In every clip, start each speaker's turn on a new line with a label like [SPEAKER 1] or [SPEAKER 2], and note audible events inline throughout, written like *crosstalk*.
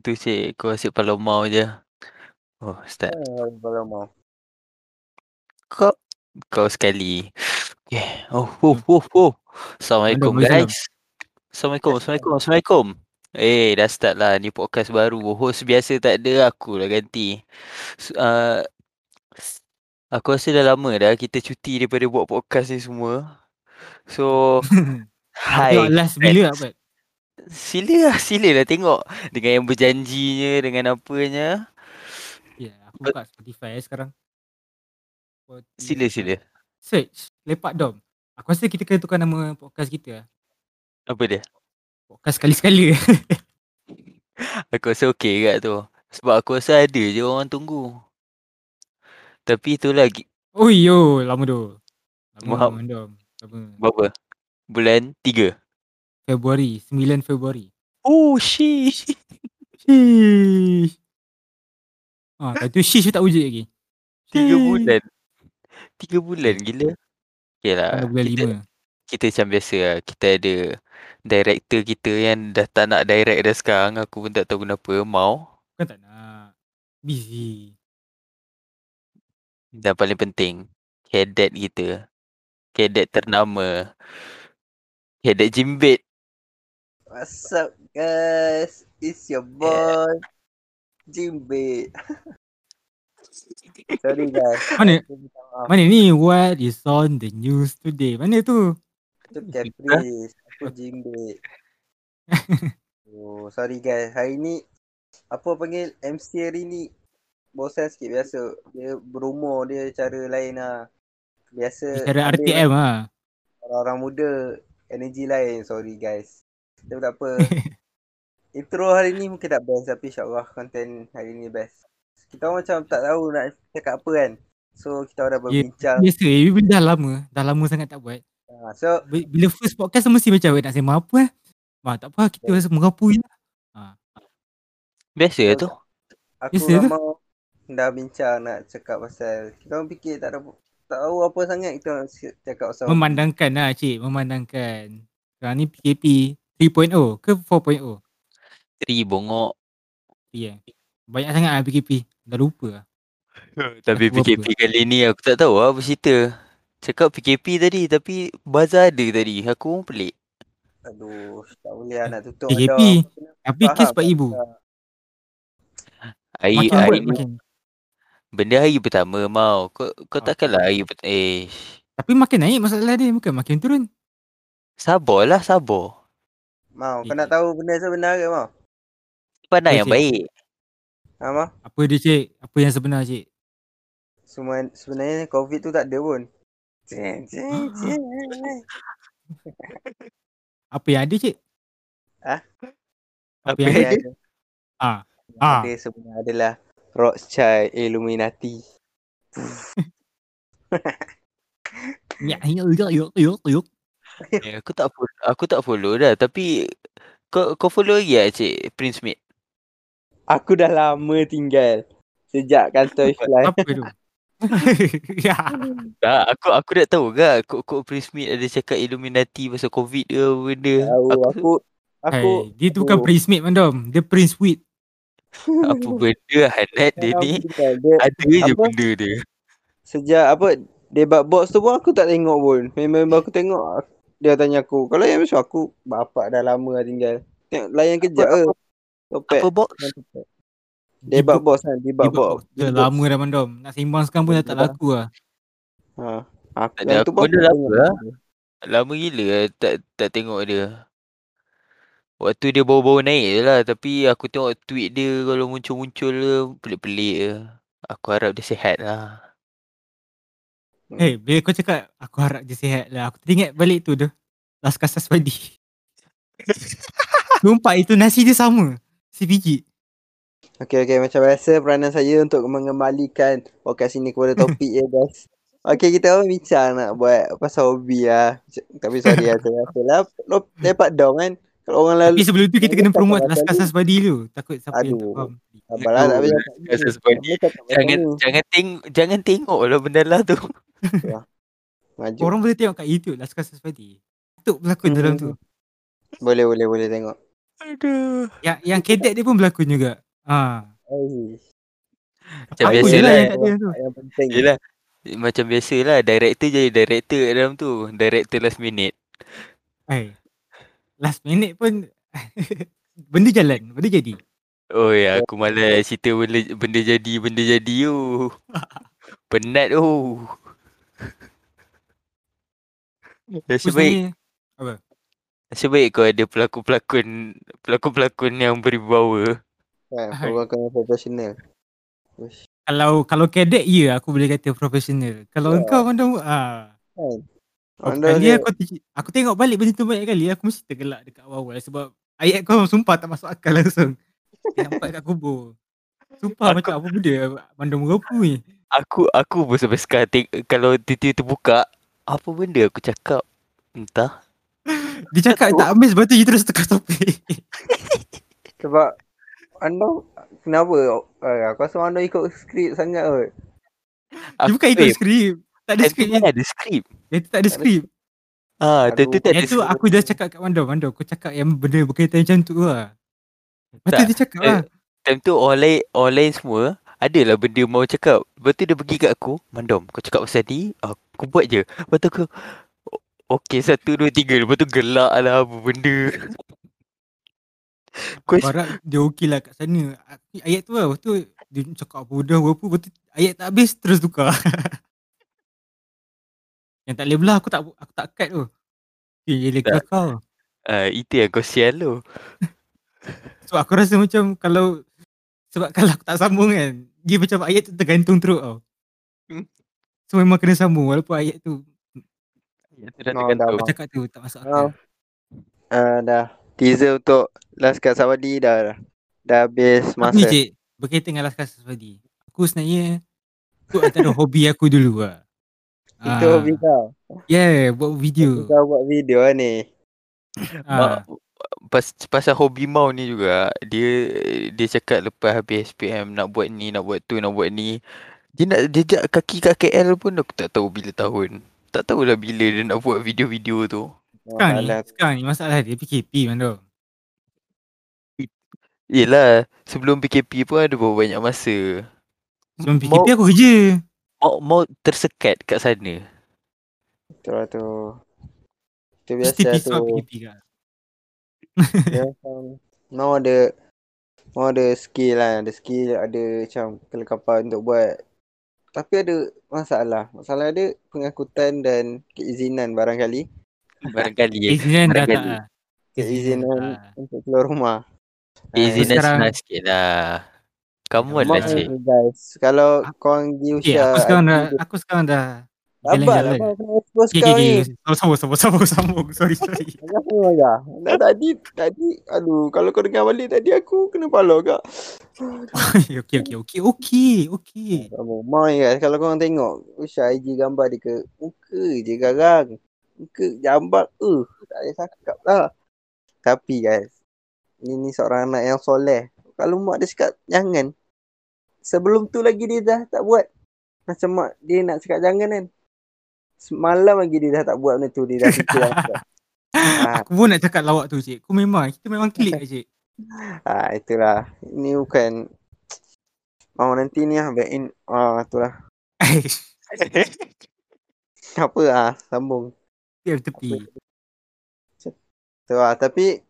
[SPEAKER 1] tu cik, aku asyik Palomar je. Oh, start.
[SPEAKER 2] Oh, kalau mau.
[SPEAKER 1] Kau kau sekali. Okay. Oh, oh, oh, oh. Assalamualaikum
[SPEAKER 3] Waalaikumsalam.
[SPEAKER 1] guys. Assalamualaikum, Assalamualaikum, Assalamualaikum. Eh, dah start lah ni podcast baru. Host biasa tak ada, aku lah ganti. S- Uh, aku rasa dah lama dah kita cuti daripada buat podcast ni semua. So,
[SPEAKER 3] *laughs* Hai.
[SPEAKER 1] hi.
[SPEAKER 3] last bila dapat?
[SPEAKER 1] Sila lah, sila lah tengok dengan yang berjanjinya, dengan apanya.
[SPEAKER 3] Ya, yeah, aku buka Spotify eh sekarang. Spotify.
[SPEAKER 1] Sila, sila.
[SPEAKER 3] Search Lepak Dom. Aku rasa kita kena tukar nama podcast kita. lah.
[SPEAKER 1] Apa dia?
[SPEAKER 3] Podcast sekali-sekala. *laughs*
[SPEAKER 1] Aku rasa okey kat tu. Sebab aku rasa ada je orang tunggu. Tapi itulah gi-
[SPEAKER 3] Oi Oh, yo, lama tu. Lama
[SPEAKER 1] Faham.
[SPEAKER 3] lama Dom. Lama.
[SPEAKER 1] berapa? Bulan 3.
[SPEAKER 3] Februari, 9 Februari.
[SPEAKER 1] Oh shit.
[SPEAKER 3] Sheesh. Ah, lepas tu sheesh tu tak wujud lagi.
[SPEAKER 1] 3 bulan. 3 bulan gila. Okay lah.
[SPEAKER 3] Pada bulan
[SPEAKER 1] Kita,
[SPEAKER 3] 5.
[SPEAKER 1] kita macam biasa lah. Kita ada director kita yang dah tak nak direct dah sekarang. Aku pun tak tahu kenapa. Mau.
[SPEAKER 3] Bukan tak nak. Busy.
[SPEAKER 1] Dan paling penting. Cadet kita. Cadet ternama. Cadet jimbit.
[SPEAKER 2] What's up guys? It's your boy Jimbe. Sorry guys.
[SPEAKER 3] Mana?
[SPEAKER 2] Aku minta
[SPEAKER 1] Ah.
[SPEAKER 2] maaf.
[SPEAKER 3] Mana ni? What is on the news today? Mana tu?
[SPEAKER 2] Aku Caprice. Aku Jimbe. Oh, sorry guys. Hari ni apa panggil MC hari ni bosan sikit biasa. Dia berumur dia cara lain lah. Biasa
[SPEAKER 3] Secara
[SPEAKER 2] ada
[SPEAKER 3] RTM ah.
[SPEAKER 2] orang-orang muda energi lain. Sorry guys. Tapi tak
[SPEAKER 3] *laughs*
[SPEAKER 2] apa. Intro hari ni mungkin tak best tapi insyaAllah konten hari ni best. Kita orang macam tak tahu nak cakap apa kan. So kita orang dah
[SPEAKER 3] Ya,
[SPEAKER 2] berbincang.
[SPEAKER 3] Biasa eh, bila dah lama, dah lama sangat tak buat.
[SPEAKER 2] Yeah. So
[SPEAKER 3] Bi- Bila first podcast tu mesti macam "Weh, nak sembang apa eh. Wah, tak apa kita rasa merapu je. lah."
[SPEAKER 1] Biasa Ya tu.
[SPEAKER 2] aku
[SPEAKER 3] Biasa
[SPEAKER 2] yes,
[SPEAKER 3] Ya, tu.
[SPEAKER 2] mau dah bincang nak cakap pasal kita orang fikir tak tahu tak tahu apa sangat kita orang si- cakap pasal
[SPEAKER 3] Memandangkan lah cik, memandangkan. Sekarang ni PKP 3.0 ke 4.0?
[SPEAKER 1] 3 bongok.
[SPEAKER 3] Ya. Yeah. Banyak sangat lah PKP. Dah lupa lah.
[SPEAKER 1] Tapi
[SPEAKER 3] Aku apa?
[SPEAKER 1] PKP kali ni aku tak tahu lah apa cerita. Cakap PKP tadi tapi bazar ada tadi. Aku pun pelik.
[SPEAKER 2] aduh tak boleh lah nak tutup
[SPEAKER 3] PKP.
[SPEAKER 2] dah. Aku kena
[SPEAKER 3] Tapi
[SPEAKER 2] faham Eh,
[SPEAKER 3] kes 4 ibu.
[SPEAKER 1] Hari,
[SPEAKER 3] Makin
[SPEAKER 1] hari
[SPEAKER 3] buat
[SPEAKER 1] ni,
[SPEAKER 3] makin.
[SPEAKER 1] benda hari pertama mau. Kau, kau
[SPEAKER 3] Ah.
[SPEAKER 1] takkanlah hari pertama. Eh,
[SPEAKER 3] Tapi makin naik masalah dia. Bukan makin turun.
[SPEAKER 1] sabarlah sabar.
[SPEAKER 2] Mau kau
[SPEAKER 3] Eh,
[SPEAKER 2] nak
[SPEAKER 3] eh.
[SPEAKER 2] tahu benda sebenar ke mau?
[SPEAKER 1] Pandang
[SPEAKER 3] Betul,
[SPEAKER 1] yang
[SPEAKER 3] cik.
[SPEAKER 1] baik.
[SPEAKER 2] Ha mau?
[SPEAKER 3] Apa dia cik? Apa yang sebenar cik?
[SPEAKER 2] Semua sebenarnya COVID tu tak ada pun. Cing,
[SPEAKER 3] *laughs*
[SPEAKER 2] cing, cing.
[SPEAKER 3] Apa yang ada cik?
[SPEAKER 1] Apa
[SPEAKER 3] Yang
[SPEAKER 1] yang
[SPEAKER 2] ada.
[SPEAKER 3] Ah.
[SPEAKER 2] Ah.
[SPEAKER 3] Ah.
[SPEAKER 2] Ada sebenarnya adalah Rothschild Illuminati.
[SPEAKER 3] Ya, yuk, yuk, yuk, yuk, yuk.
[SPEAKER 1] eh, aku tak follow, aku tak follow dah tapi kau kau follow lagi ah cik Prince Mate.
[SPEAKER 2] Aku dah lama tinggal sejak kantor Islam.
[SPEAKER 3] Apa
[SPEAKER 2] *laughs*
[SPEAKER 3] tu? *laughs* ya.
[SPEAKER 1] Tak, aku aku nak tahu ke kok kok Prince Mate ada cakap Illuminati pasal COVID ke apa benda.
[SPEAKER 2] Tahu aku aku
[SPEAKER 3] Hey, Eh, dia tu bukan
[SPEAKER 2] aduh.
[SPEAKER 3] Prince Mate mandom. Dia Prince Wit.
[SPEAKER 1] apa benda hanat
[SPEAKER 2] dah
[SPEAKER 1] dia
[SPEAKER 2] lama
[SPEAKER 1] ni.
[SPEAKER 2] tinggal. Dia,
[SPEAKER 1] Ada je
[SPEAKER 2] Apa?
[SPEAKER 1] benda dia.
[SPEAKER 2] sejak apa debat box tu pun aku tak tengok pun. Member-member aku tengok aku- dia tanya aku, kalau yang besok aku bapak dah lama dah tinggal. Tengok layan kejap ke. Topek.
[SPEAKER 1] Apa box?
[SPEAKER 2] Debat box kan, debat box.
[SPEAKER 3] Dah
[SPEAKER 2] Debat
[SPEAKER 3] lama dah mandom. Nak sembang sekarang pun dah tak
[SPEAKER 2] Debat.
[SPEAKER 3] laku lah.
[SPEAKER 2] Ha. Aku,
[SPEAKER 1] Tak ada,
[SPEAKER 2] yang
[SPEAKER 1] aku
[SPEAKER 2] tu
[SPEAKER 1] eh?
[SPEAKER 2] pun
[SPEAKER 1] pun dah
[SPEAKER 2] tengok.
[SPEAKER 1] lama ah, Lama gila lah tak tak tengok dia. Waktu dia baru-baru naik je lah tapi aku tengok tweet dia kalau muncul-muncul dia pelik-pelik je. Aku harap dia sihat lah.
[SPEAKER 2] Hmm.
[SPEAKER 3] Eh, hey, bila kau cakap aku harap dia sihat lah. Aku teringat balik tu dah. Las Casas Padi.
[SPEAKER 2] *laughs*
[SPEAKER 3] Numpak itu nasi dia sama. Si biji.
[SPEAKER 2] Okey okey macam biasa peranan saya untuk mengembalikan podcast ini kepada topik ya guys. Okey kita orang bincang nak buat pasal hobi lah. C- Tapi sorry lah saya rasa lah lo- lepak dong kan. Kalau orang
[SPEAKER 3] Tapi
[SPEAKER 2] lalu
[SPEAKER 3] sebelum tu
[SPEAKER 2] Ini
[SPEAKER 3] kita kena
[SPEAKER 2] tak
[SPEAKER 3] promote
[SPEAKER 2] salah
[SPEAKER 3] Las
[SPEAKER 2] tadi.
[SPEAKER 3] Casas Padi tu. Takut siapa yang tak
[SPEAKER 2] Aduh.
[SPEAKER 3] faham.
[SPEAKER 2] sabarlah lah, tak payah.
[SPEAKER 1] Rasa sebab ni,
[SPEAKER 2] Kita tak macam
[SPEAKER 1] Jangan
[SPEAKER 2] ni.
[SPEAKER 1] jangan teng jangan tengok lah benda lah tu. *laughs*
[SPEAKER 2] Maju.
[SPEAKER 3] Orang
[SPEAKER 2] Hmm.
[SPEAKER 3] boleh tengok kat YouTube Las Casas Padi. Tuk berlakon dalam tu.
[SPEAKER 2] Boleh boleh boleh tengok.
[SPEAKER 1] Aduh.
[SPEAKER 3] Yang yang kedek dia pun berlakon juga. Ha.
[SPEAKER 2] Aish.
[SPEAKER 1] Macam
[SPEAKER 3] Apa
[SPEAKER 1] biasa
[SPEAKER 3] je lah
[SPEAKER 1] lah.
[SPEAKER 3] yang tak ada tu.
[SPEAKER 2] Yang penting.
[SPEAKER 1] Yelah. Macam biasa lah. Director jadi director kat dalam tu. Director last minute.
[SPEAKER 3] Hai. Eh, Last minute pun *laughs* benda jalan, benda jadi.
[SPEAKER 1] Oh ya, aku malas cerita benda, benda jadi, benda jadi
[SPEAKER 3] *laughs*
[SPEAKER 1] tu. Penat tu. Nasib baik,
[SPEAKER 3] Pusingnya
[SPEAKER 1] nasib baik kau ada pelakon-pelakon pelakon-pelakon yang beribawa.
[SPEAKER 2] Ha, perbualan yang profesional. Ush.
[SPEAKER 3] kalau kalau kedek ya aku boleh kata profesional.
[SPEAKER 2] Ya.
[SPEAKER 3] Kalau engkau mandang ah
[SPEAKER 2] Kan? Anda
[SPEAKER 3] Kali dia aku te- aku tengok balik benda tu banyak kali aku mesti tergelak dekat awal-awal sebab ayat kau sumpah tak masuk akal langsung. Dia nampak kat kubur. Sumpah
[SPEAKER 1] Aku-
[SPEAKER 3] macam apa benda mandang merapu ni.
[SPEAKER 1] Aku aku pun sampai sekarang teng- kalau tiba-tiba terbuka, apa benda aku cakap? Entah.
[SPEAKER 3] Dia cakap tak habis Lepas tu dia terus tukar topik
[SPEAKER 2] Sebab anda kenapa? Eh, aku rasa anda ikut skrip sangat kot.
[SPEAKER 3] Dia
[SPEAKER 1] Aku,
[SPEAKER 3] bukan ikut
[SPEAKER 1] eh,
[SPEAKER 3] skrip Tak ada
[SPEAKER 1] time tu
[SPEAKER 3] skrip
[SPEAKER 1] kan ada skrip.
[SPEAKER 3] Dia tu tak ada skrip
[SPEAKER 1] Ah, time tu
[SPEAKER 2] Aduh.
[SPEAKER 1] tak ada
[SPEAKER 3] Yang tu
[SPEAKER 1] skrip.
[SPEAKER 3] aku dah cakap kat Wanda Wanda kau cakap yang benda berkaitan macam tu lah Lepas tu
[SPEAKER 1] Tak. Eh,
[SPEAKER 3] dia cakap lah
[SPEAKER 1] Time tu orang lain, orang lain semua Adalah benda mau cakap Lepas tu dia pergi kat aku Mandom kau cakap pasal ni ah, Aku buat je Lepas tu aku "O- Okey satu dua tiga Lepas tu gelak lah apa benda *laughs* Kau
[SPEAKER 3] Aku harap dia okey lah kat sana Aku- Ayat tu lah Lepas tu dia cakap apa dah apa Lepas tu ayat tak habis terus tukar *laughs* Yang tak boleh belah aku tak aku tak cut tu Dia jadi
[SPEAKER 1] Tak.
[SPEAKER 3] kau
[SPEAKER 1] ah, Itu yang kau sial tu
[SPEAKER 3] Sebab aku rasa macam kalau Sebab kalau aku tak sambung kan Dia macam ayat tu tergantung teruk tau
[SPEAKER 1] Hmm.
[SPEAKER 3] So memang kena sambung walaupun ayat tu
[SPEAKER 1] Yang tu dah
[SPEAKER 2] No,
[SPEAKER 1] tergantung
[SPEAKER 2] dah.
[SPEAKER 3] Aku cakap tu tak masuk
[SPEAKER 2] Ah,
[SPEAKER 3] akal.
[SPEAKER 2] ah, dah. Teaser untuk Last Kat Sabadi dah dah habis
[SPEAKER 3] Masa. Ni
[SPEAKER 2] masa.
[SPEAKER 3] cik, berkaitan dengan Laskar Saswadi. Aku sebenarnya tu antara hobi aku dulu lah.
[SPEAKER 2] Itu
[SPEAKER 3] Ah,
[SPEAKER 2] hobi kau.
[SPEAKER 3] Yeah, buat video.
[SPEAKER 2] Kau buat video lah ni.
[SPEAKER 1] Ah,
[SPEAKER 3] Ah,
[SPEAKER 1] pas, Pasal hobi mau ni juga Dia Dia cakap lepas habis SPM Nak buat ni Nak buat tu Nak buat ni Dia nak jejak kaki kat KL pun Aku tak tahu bila tahun Tak tahulah bila dia nak buat video-video tu
[SPEAKER 2] Oh,
[SPEAKER 3] sekarang ni,
[SPEAKER 2] Alah,
[SPEAKER 3] sekarang ni masalah dia PKP mana.
[SPEAKER 1] Yelah, sebelum PKP pun ada berapa banyak masa.
[SPEAKER 3] Sebelum
[SPEAKER 1] Mau,
[SPEAKER 3] PKP aku kerja.
[SPEAKER 1] mau, mau tersekat kat sana.
[SPEAKER 2] tu lah tu. Itu
[SPEAKER 3] Mesti
[SPEAKER 2] biasa
[SPEAKER 3] pisau
[SPEAKER 2] tu.
[SPEAKER 3] PKP kan.
[SPEAKER 2] Dia macam mau ada mau ada skill lah, ada skill, ada macam kelengkapan untuk buat. Tapi ada masalah. Masalah dia pengangkutan dan keizinan barangkali.
[SPEAKER 1] Barangkali. Eh,
[SPEAKER 3] Izinan dah
[SPEAKER 1] barangkali.
[SPEAKER 3] tak lah.
[SPEAKER 2] Keizinan
[SPEAKER 3] Izinan tak. lah.
[SPEAKER 2] untuk keluar rumah.
[SPEAKER 1] Izin
[SPEAKER 3] So,
[SPEAKER 1] dan
[SPEAKER 3] sekarang-
[SPEAKER 1] senang sikit lah. Kamu
[SPEAKER 3] Come
[SPEAKER 1] adalah
[SPEAKER 3] on,
[SPEAKER 1] cik.
[SPEAKER 2] Mohon Ah, guys, kalau korang pergi
[SPEAKER 3] Okay,
[SPEAKER 2] usia
[SPEAKER 3] Ah, aku sekarang dah, aku sekarang dah
[SPEAKER 2] Sabar lah
[SPEAKER 3] jalan-jalan.
[SPEAKER 2] kau kena expose
[SPEAKER 3] Okay,
[SPEAKER 2] kau
[SPEAKER 3] okay,
[SPEAKER 2] ni.
[SPEAKER 3] okay. Sambung, sambung, sambung, sambung. Sorry, sorry. *laughs*
[SPEAKER 2] Kenapa Maga? Dah tadi, tadi, aduh, kalau kau dengar balik tadi aku kena pala kak.
[SPEAKER 3] okay, okay, okay, okay, okay, okay.
[SPEAKER 2] Kamu mau ni guys, kalau korang tengok Usha IG gambar dia ke Muka je garang Muka jambat Eh, tak payah cakap lah Tapi guys Ini ni seorang anak yang soleh Kalau mak dia cakap jangan Sebelum tu lagi dia dah tak buat Macam mak dia nak cakap jangan kan Semalam lagi dia dah tak buat benda tu Dia dah fikir dah tak buat. Ah.
[SPEAKER 3] Aku pun nak cakap lawak tu cik. Aku memang kita memang
[SPEAKER 2] *laughs*
[SPEAKER 3] klik lah cik. *laughs*
[SPEAKER 2] Ah itulah Ini bukan Mau nanti ni lah back in Ah itulah *laughs* Apa ah sambung
[SPEAKER 3] Tiap tepi.
[SPEAKER 2] Tu lah, tapi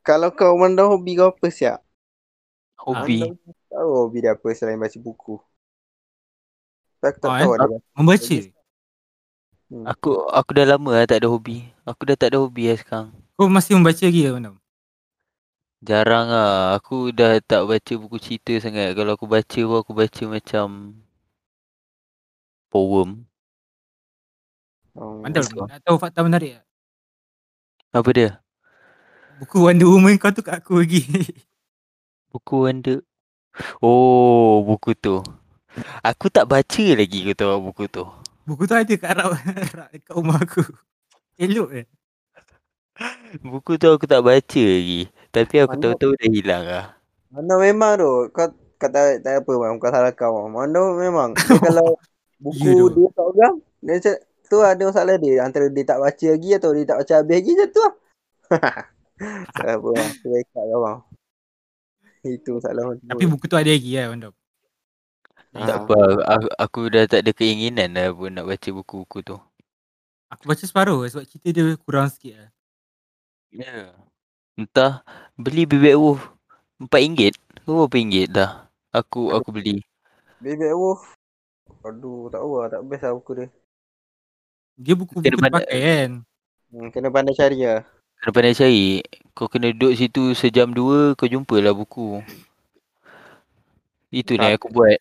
[SPEAKER 2] kalau kau mandang hobi kau apa siap?
[SPEAKER 3] Ah,
[SPEAKER 1] Hobi.
[SPEAKER 2] Mandang tak tahu hobi dia apa selain baca buku. Tak tak
[SPEAKER 3] Oh,
[SPEAKER 2] tahu
[SPEAKER 3] eh? Ah,
[SPEAKER 2] ada.
[SPEAKER 3] Membaca.
[SPEAKER 2] Hmm.
[SPEAKER 1] Aku aku dah lama lah tak ada hobi. Aku dah tak ada hobi lah sekarang.
[SPEAKER 3] Kau masih membaca lagi ke Bandam?
[SPEAKER 1] Jarang lah. Aku dah tak baca buku cerita sangat. Kalau aku baca pun aku baca macam poem.
[SPEAKER 2] Oh.
[SPEAKER 3] Bandam
[SPEAKER 1] Betul.
[SPEAKER 3] nak tahu fakta menarik tak?
[SPEAKER 1] Apa dia?
[SPEAKER 3] Buku Wonder Woman kau tu kat aku lagi. *laughs*
[SPEAKER 1] Buku Wonder. Oh, buku tu. Aku tak baca lagi kau tahu buku tu.
[SPEAKER 3] Buku tu ada kat rak, rak dekat rumah aku. Elok eh.
[SPEAKER 1] Buku tu aku tak baca lagi. Tapi aku
[SPEAKER 2] Mana-
[SPEAKER 1] tahu-tahu dah hilang lah.
[SPEAKER 2] Mana memang tu kau kata tak apa bang bukan salah kau. bang. Mana memang dia kalau buku
[SPEAKER 3] Ya, tu.
[SPEAKER 2] dia tak pegang dia macam tu lah, ada masalah dia antara dia *laughs* tak baca lagi atau dia tak baca habis lagi macam tu lah. Salah apa bang. Aku backup kau bang. Itu masalah orang tua.
[SPEAKER 3] Tapi buku tu ada lagi lah Bandam.
[SPEAKER 1] Tak
[SPEAKER 2] Ah.
[SPEAKER 1] apa, aku, aku dah tak ada keinginan dah pun nak baca buku-buku tu.
[SPEAKER 3] Aku baca separuh eh, sebab cerita dia kurang sikit lah.
[SPEAKER 1] Ya. Entah beli bebek wolf RM4. Ke berapa ringgit dah? Aku aku beli.
[SPEAKER 2] Baby Wolf. Aduh, tak tahu lah. Tak best lah buku dia.
[SPEAKER 3] Dia buku-buku
[SPEAKER 1] Kira bandar-
[SPEAKER 3] terpakai kan.
[SPEAKER 2] Hmm, kena pandai cari lah.
[SPEAKER 1] Kena pandai cari. Kau kena duduk situ sejam dua kau jumpalah buku. Itu ni
[SPEAKER 2] Tak.
[SPEAKER 1] aku buat.